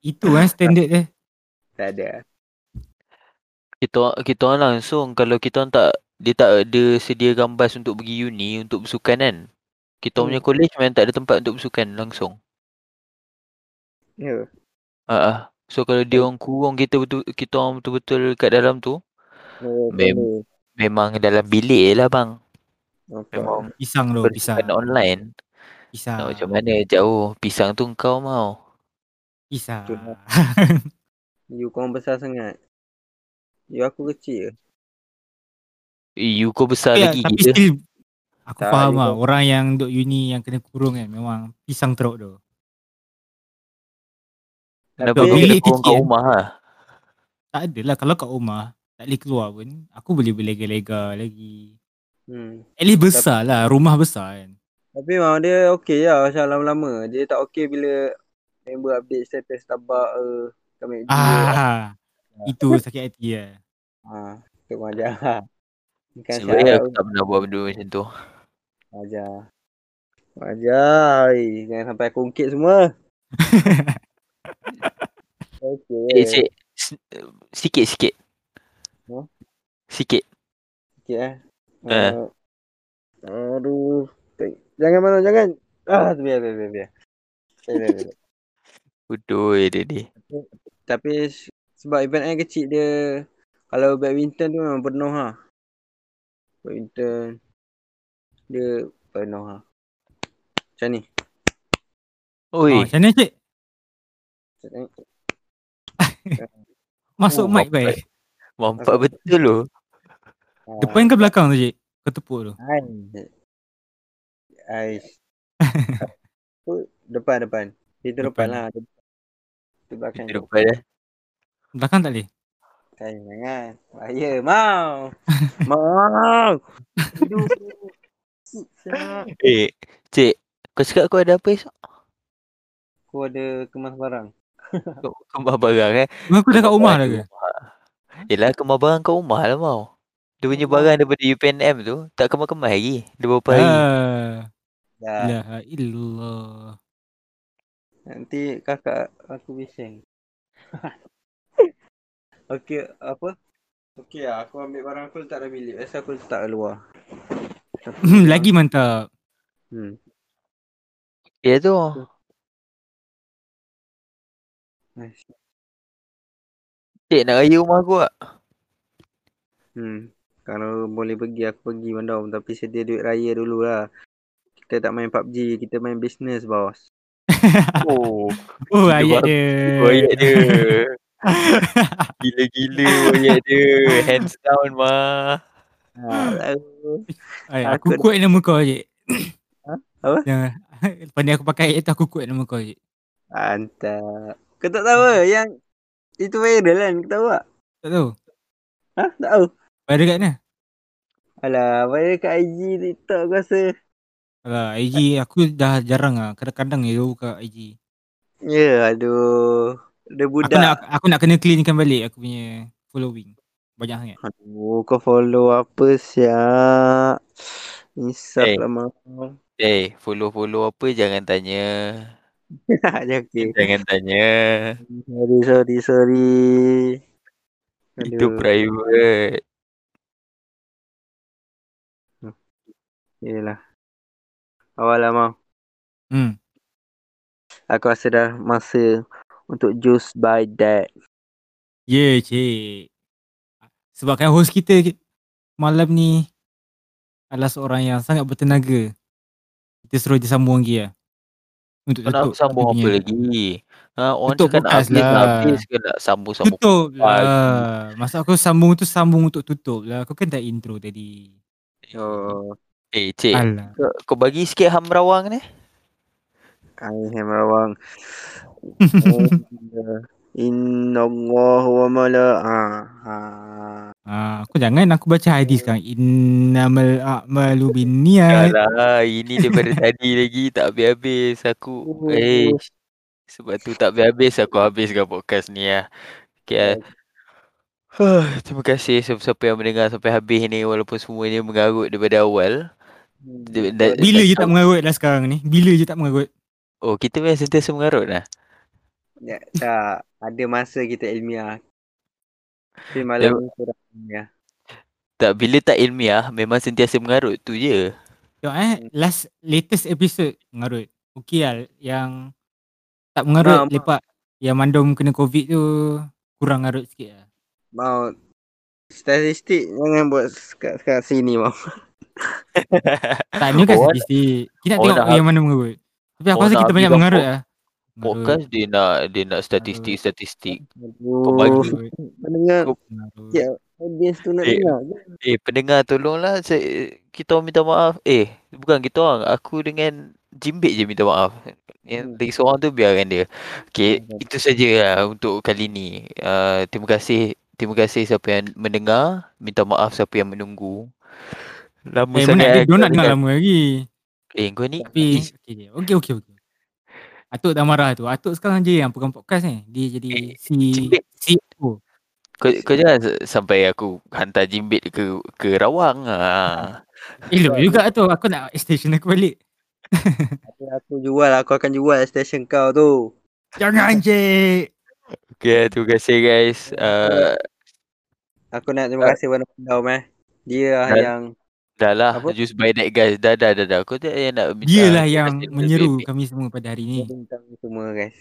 [SPEAKER 3] Itu kan standard dia.
[SPEAKER 2] Tak ada.
[SPEAKER 1] Kita kita orang langsung kalau kita orang tak dia tak ada sediakan bas untuk pergi uni untuk bersukan kan. Kita
[SPEAKER 2] Hmm.
[SPEAKER 1] punya college memang tak ada tempat untuk bersukan langsung.
[SPEAKER 2] Ya.
[SPEAKER 1] Ha ah. So kalau dia orang kurung kita betul kita orang betul-betul kat dalam tu
[SPEAKER 2] Oh,
[SPEAKER 1] Mem-
[SPEAKER 2] Memang.
[SPEAKER 1] memang dalam bilik je lah bang. Memang
[SPEAKER 3] Pisang tu, Hmm, pisang.
[SPEAKER 1] bersukan online.
[SPEAKER 3] Pisang.
[SPEAKER 1] Nak macam mana jauh pisang tu kau mau.
[SPEAKER 3] Pisang. *laughs* Ya,
[SPEAKER 2] Betul. You korang besar sangat. You aku kecil je.
[SPEAKER 1] Eh, You kau besar
[SPEAKER 3] Tapi,
[SPEAKER 1] lagi
[SPEAKER 3] lah, tapi
[SPEAKER 1] gila.
[SPEAKER 3] still aku
[SPEAKER 2] Tak,
[SPEAKER 3] faham
[SPEAKER 2] dia
[SPEAKER 3] lah
[SPEAKER 2] kau-
[SPEAKER 3] orang yang duk uni yang kena kurung kan memang pisang teruk tu.
[SPEAKER 1] Kenapa
[SPEAKER 2] Tapi-
[SPEAKER 1] kau kena
[SPEAKER 3] bilik
[SPEAKER 1] kurung kat
[SPEAKER 3] kecil.
[SPEAKER 1] rumah ha?
[SPEAKER 3] Tak adalah kalau kat rumah tak boleh keluar pun aku boleh berlega-lega lagi.
[SPEAKER 2] Hmm.
[SPEAKER 3] At least besar lah rumah besar kan.
[SPEAKER 2] Tapi memang dia okey lah macam lama-lama. Dia tak okey bila member update status tabak ke uh, kami dia. Ah.
[SPEAKER 3] Ah, itu sakit hati lah.
[SPEAKER 2] Ha, tu ajar. *laughs* Bukan
[SPEAKER 1] Sebenarnya
[SPEAKER 2] syarat
[SPEAKER 1] aku tak pernah buat benda macam tu.
[SPEAKER 2] ajar. Ajar. Oi, Jangan sampai aku ungkit
[SPEAKER 1] *laughs*
[SPEAKER 2] semua. okey. eh.
[SPEAKER 1] Cik, cik. Eh, S- Sikit, sikit.
[SPEAKER 2] Huh?
[SPEAKER 1] Sikit.
[SPEAKER 2] Sikit eh.
[SPEAKER 1] Eh.
[SPEAKER 2] Uh, aduh. Tak- Jangan mana jangan. Ah, biar biar biar. biar. Biar, biar, biar.
[SPEAKER 1] Udoi dia ni.
[SPEAKER 2] Tapi s- sebab event air kecil dia kalau badminton tu memang penuh ha. Badminton dia penuh ha. Macam ni.
[SPEAKER 3] Oh,
[SPEAKER 1] Oi,
[SPEAKER 3] macam mana cik?
[SPEAKER 2] Macam ni.
[SPEAKER 3] Masuk
[SPEAKER 1] Oh,
[SPEAKER 3] mic
[SPEAKER 1] mampat.
[SPEAKER 3] baik.
[SPEAKER 1] mampat betul lo.
[SPEAKER 2] Ah,
[SPEAKER 3] Depan ke belakang tu cik? Kau tepuk tu.
[SPEAKER 2] Ai. Ai. Tu depan depan. Pintu depan,
[SPEAKER 3] Depan.
[SPEAKER 2] lah. Pintu belakang.
[SPEAKER 1] Kita depan eh.
[SPEAKER 3] Belakang tak boleh.
[SPEAKER 2] Kan jangan. Bahaya mau. mau. Aduh. Siksa.
[SPEAKER 1] Eh, cik. Kau cakap kau ada apa esok?
[SPEAKER 2] Aku ada kemas barang.
[SPEAKER 1] Kau kemah barang eh.
[SPEAKER 3] Memang aku dah kat rumah dah ke?
[SPEAKER 1] Yelah kemah barang kat rumah lah mau. Dia punya barang daripada UPNM tu tak kemas-kemas lagi. Dia berapa hari.
[SPEAKER 3] Ah,
[SPEAKER 2] Dah.
[SPEAKER 3] la illallah. *clears throat*
[SPEAKER 2] Nanti kakak aku bising. *laughs* Okey, apa? Okey lah, aku ambil barang aku letak dalam bilik. Biasa aku letak kat luar.
[SPEAKER 3] Lagi mantap.
[SPEAKER 2] Hmm.
[SPEAKER 1] Ya tu.
[SPEAKER 2] Nice.
[SPEAKER 1] Cik nak raya rumah aku
[SPEAKER 3] *laughs*
[SPEAKER 1] tak?
[SPEAKER 2] Hmm. Kalau boleh pergi, aku pergi bandar. Tapi sedia duit raya dulu lah. Kita tak main PUBG, kita main business, bos.
[SPEAKER 1] Oh,
[SPEAKER 3] Oh,
[SPEAKER 1] Dia
[SPEAKER 3] ayat
[SPEAKER 1] baru-
[SPEAKER 3] dia.
[SPEAKER 1] royak dia.
[SPEAKER 3] *laughs*
[SPEAKER 1] Gila-gila royak dia. Hands down mah.
[SPEAKER 3] Hmm.
[SPEAKER 2] Ha,
[SPEAKER 3] Ay,
[SPEAKER 2] Aku
[SPEAKER 3] aku
[SPEAKER 2] ada-
[SPEAKER 3] kuat nama kau je.
[SPEAKER 2] Ha? Apa?
[SPEAKER 3] Yang *laughs* pandai aku pakai ayat tu aku kuat nama kau je.
[SPEAKER 2] Antap. Kau tak tahu ke yang itu viral kan? Kau tahu tak?
[SPEAKER 3] Tak tahu.
[SPEAKER 2] Ha? Tak tahu?
[SPEAKER 3] Viral kat mana?
[SPEAKER 2] Alah, viral kat IG, TikTok aku rasa.
[SPEAKER 3] Alah, IG aku dah jarang ah. Kadang-kadang je buka IG.
[SPEAKER 2] Ya, yeah, aduh. Dia
[SPEAKER 3] Aku
[SPEAKER 2] budak.
[SPEAKER 3] nak aku nak kena cleankan balik aku punya following. Banyak sangat.
[SPEAKER 2] Aduh, kau follow apa siap? Insaf
[SPEAKER 1] Eh.
[SPEAKER 2] lah mak. *laughs*
[SPEAKER 1] Eh, follow-follow apa jangan tanya.
[SPEAKER 2] Okey.
[SPEAKER 1] Jangan tanya.
[SPEAKER 2] Sorry, sorry, sorry.
[SPEAKER 1] Itu
[SPEAKER 2] Aduh.
[SPEAKER 1] private.
[SPEAKER 2] Yelah. Awal lah mak.
[SPEAKER 3] Hmm.
[SPEAKER 2] Aku rasa dah masa untuk juice by that.
[SPEAKER 3] Ya, yeah, cik. Sebab kan host kita ki- malam ni adalah seorang yang sangat bertenaga. Kita suruh dia sambung lagi lah. Untuk
[SPEAKER 1] Kau nak
[SPEAKER 3] tutup
[SPEAKER 1] aku sambung
[SPEAKER 3] topik
[SPEAKER 1] apa
[SPEAKER 3] ni.
[SPEAKER 1] lagi? Ha, orang
[SPEAKER 3] Tutup
[SPEAKER 1] cakap nak
[SPEAKER 3] podcast
[SPEAKER 1] habis
[SPEAKER 3] lah.
[SPEAKER 1] lah. habis ke nak sambung-sambung.
[SPEAKER 3] Tutup
[SPEAKER 1] pagi.
[SPEAKER 3] lah. Masa aku sambung tu sambung untuk tutup lah. Kau kan dah intro tadi.
[SPEAKER 2] Oh,
[SPEAKER 1] Eh, cik.
[SPEAKER 3] Alah.
[SPEAKER 1] Kau, kau bagi sikit ham rawang ni.
[SPEAKER 2] I am
[SPEAKER 1] *laughs*
[SPEAKER 2] rawang. Inna Allah wa mala. Ha, ha.
[SPEAKER 3] Ah, aku jangan aku baca hadis sekarang. Innamal a'malu binniyat.
[SPEAKER 1] Alah, ini daripada tadi lagi tak habis-habis aku.
[SPEAKER 2] Oh.
[SPEAKER 1] Eh, sebab tu tak habis-habis aku habiskan podcast ni lah. Okay, Huh, terima kasih siapa-siapa yang mendengar sampai habis ni walaupun semuanya mengarut daripada awal. Dia- dia-
[SPEAKER 3] Bila je tak mengarut lah sekarang ni? Bila je tak mengarut?
[SPEAKER 1] Oh, kita memang sentiasa mengarut lah.
[SPEAKER 2] Ya, tak. Ada masa kita ilmiah. Tapi malam ni kurang ya.
[SPEAKER 1] Tak bila tak ilmiah memang sentiasa mengarut tu je.
[SPEAKER 3] Tengok eh last latest episode mengarut. Okey lah yang tak mengarut
[SPEAKER 2] Mam.
[SPEAKER 3] lepak yang mandom kena covid tu kurang ngarut sikit lah.
[SPEAKER 2] Mau statistik jangan buat sekat sekat sini mau.
[SPEAKER 3] Tak ni kan
[SPEAKER 1] Orang-
[SPEAKER 3] statistik. Kita nak
[SPEAKER 1] orang
[SPEAKER 3] tengok
[SPEAKER 1] nak-
[SPEAKER 3] yang mana mengarut. Tapi aku
[SPEAKER 1] orang
[SPEAKER 3] rasa
[SPEAKER 1] nak
[SPEAKER 3] kita banyak
[SPEAKER 1] habiskan
[SPEAKER 3] mengarut
[SPEAKER 1] pod-
[SPEAKER 3] lah. Mengarut,
[SPEAKER 1] Podcast dia nak dia nak statistik-statistik. Kau
[SPEAKER 2] Aduh,
[SPEAKER 1] bagi.
[SPEAKER 3] mengarut,
[SPEAKER 2] pendengar
[SPEAKER 3] mengarut.
[SPEAKER 2] Ya. audience tu nak
[SPEAKER 1] Eh.
[SPEAKER 2] dengar. ke?
[SPEAKER 1] Eh pendengar tolonglah saya, kita orang minta maaf. Eh bukan kita orang, aku dengan Jimbit je minta maaf. Yang
[SPEAKER 2] Hmm.
[SPEAKER 1] lagi seorang tu biarkan dia. Okey,
[SPEAKER 2] Faham.
[SPEAKER 1] itu sajalah untuk kali ni. Uh, terima kasih terima kasih siapa yang mendengar, minta maaf siapa yang menunggu. Lama
[SPEAKER 3] Eh,
[SPEAKER 1] sangat
[SPEAKER 3] mana
[SPEAKER 1] eh,
[SPEAKER 3] dia
[SPEAKER 1] kau
[SPEAKER 3] dia nak dengar
[SPEAKER 1] dengar.
[SPEAKER 3] lama lagi.
[SPEAKER 1] Eh kau ni
[SPEAKER 3] Tapi okey okey okey. Okay. Atuk tak marah tu. Atuk sekarang je yang pegang podcast ni. Dia jadi E
[SPEAKER 1] Eh,
[SPEAKER 3] si
[SPEAKER 1] Jimbit.
[SPEAKER 3] CEO.
[SPEAKER 1] Kau, kau jangan s- sampai aku hantar jimbit ke ke Rawang. Ha.
[SPEAKER 3] Elok juga tu. Aku nak extension aku balik.
[SPEAKER 2] Nanti Ya, Aku jual, lah. aku akan jual station kau tu.
[SPEAKER 3] Jangan cik.
[SPEAKER 1] Okay, terima kasih guys. Uh,
[SPEAKER 2] Aku nak
[SPEAKER 1] Ah.
[SPEAKER 2] terima kasih Wan Pandau meh. Dia lah
[SPEAKER 1] Dan-
[SPEAKER 2] yang
[SPEAKER 1] dah lah,
[SPEAKER 2] Apa?
[SPEAKER 1] just by that guys. Dah dah dah dah. Kau tak payah nak minta.
[SPEAKER 3] Dialah
[SPEAKER 1] Terima
[SPEAKER 3] yang
[SPEAKER 1] kasih
[SPEAKER 3] menyeru
[SPEAKER 1] lebih-lebih.
[SPEAKER 3] kami semua pada hari ni.
[SPEAKER 2] bintang semua guys.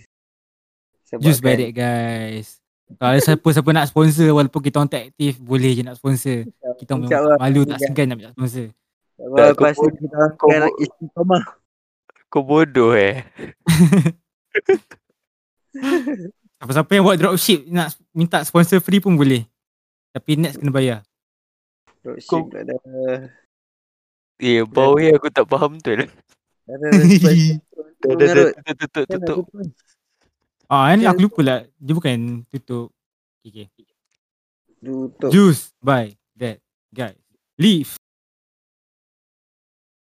[SPEAKER 2] Sebab
[SPEAKER 3] Just by
[SPEAKER 2] kan,
[SPEAKER 3] that guys. Kalau ada siapa-siapa nak sponsor walaupun kita orang tak aktif boleh je nak sponsor. Kita orang memang tak
[SPEAKER 2] InsyaAllah.
[SPEAKER 3] malu tak segan nak minta sponsor.
[SPEAKER 2] InsyaAllah
[SPEAKER 1] Tak, kau
[SPEAKER 2] lepas ni
[SPEAKER 1] bodoh.
[SPEAKER 2] kita
[SPEAKER 1] Kau
[SPEAKER 2] akan
[SPEAKER 1] bo-
[SPEAKER 2] *laughs* istiqamah.
[SPEAKER 1] Kau bodoh eh.
[SPEAKER 3] Siapa-siapa yang buat dropship nak minta sponsor free pun boleh. Tapi next kena bayar.
[SPEAKER 2] Dropship Oh, tak ada.
[SPEAKER 1] Eh, bau ni aku tak faham tu lah.
[SPEAKER 2] Tak *laughs* ada respect.
[SPEAKER 1] Dah dah dah
[SPEAKER 2] Mengarut.
[SPEAKER 1] tutup tutup
[SPEAKER 2] Kan
[SPEAKER 1] tutup.
[SPEAKER 2] aku pun
[SPEAKER 3] Ah, kan
[SPEAKER 2] Dia-
[SPEAKER 3] aku lupa lah. Dia bukan tutup. Okay, okay.
[SPEAKER 2] Tutup.
[SPEAKER 3] Juice by that guy. Leave.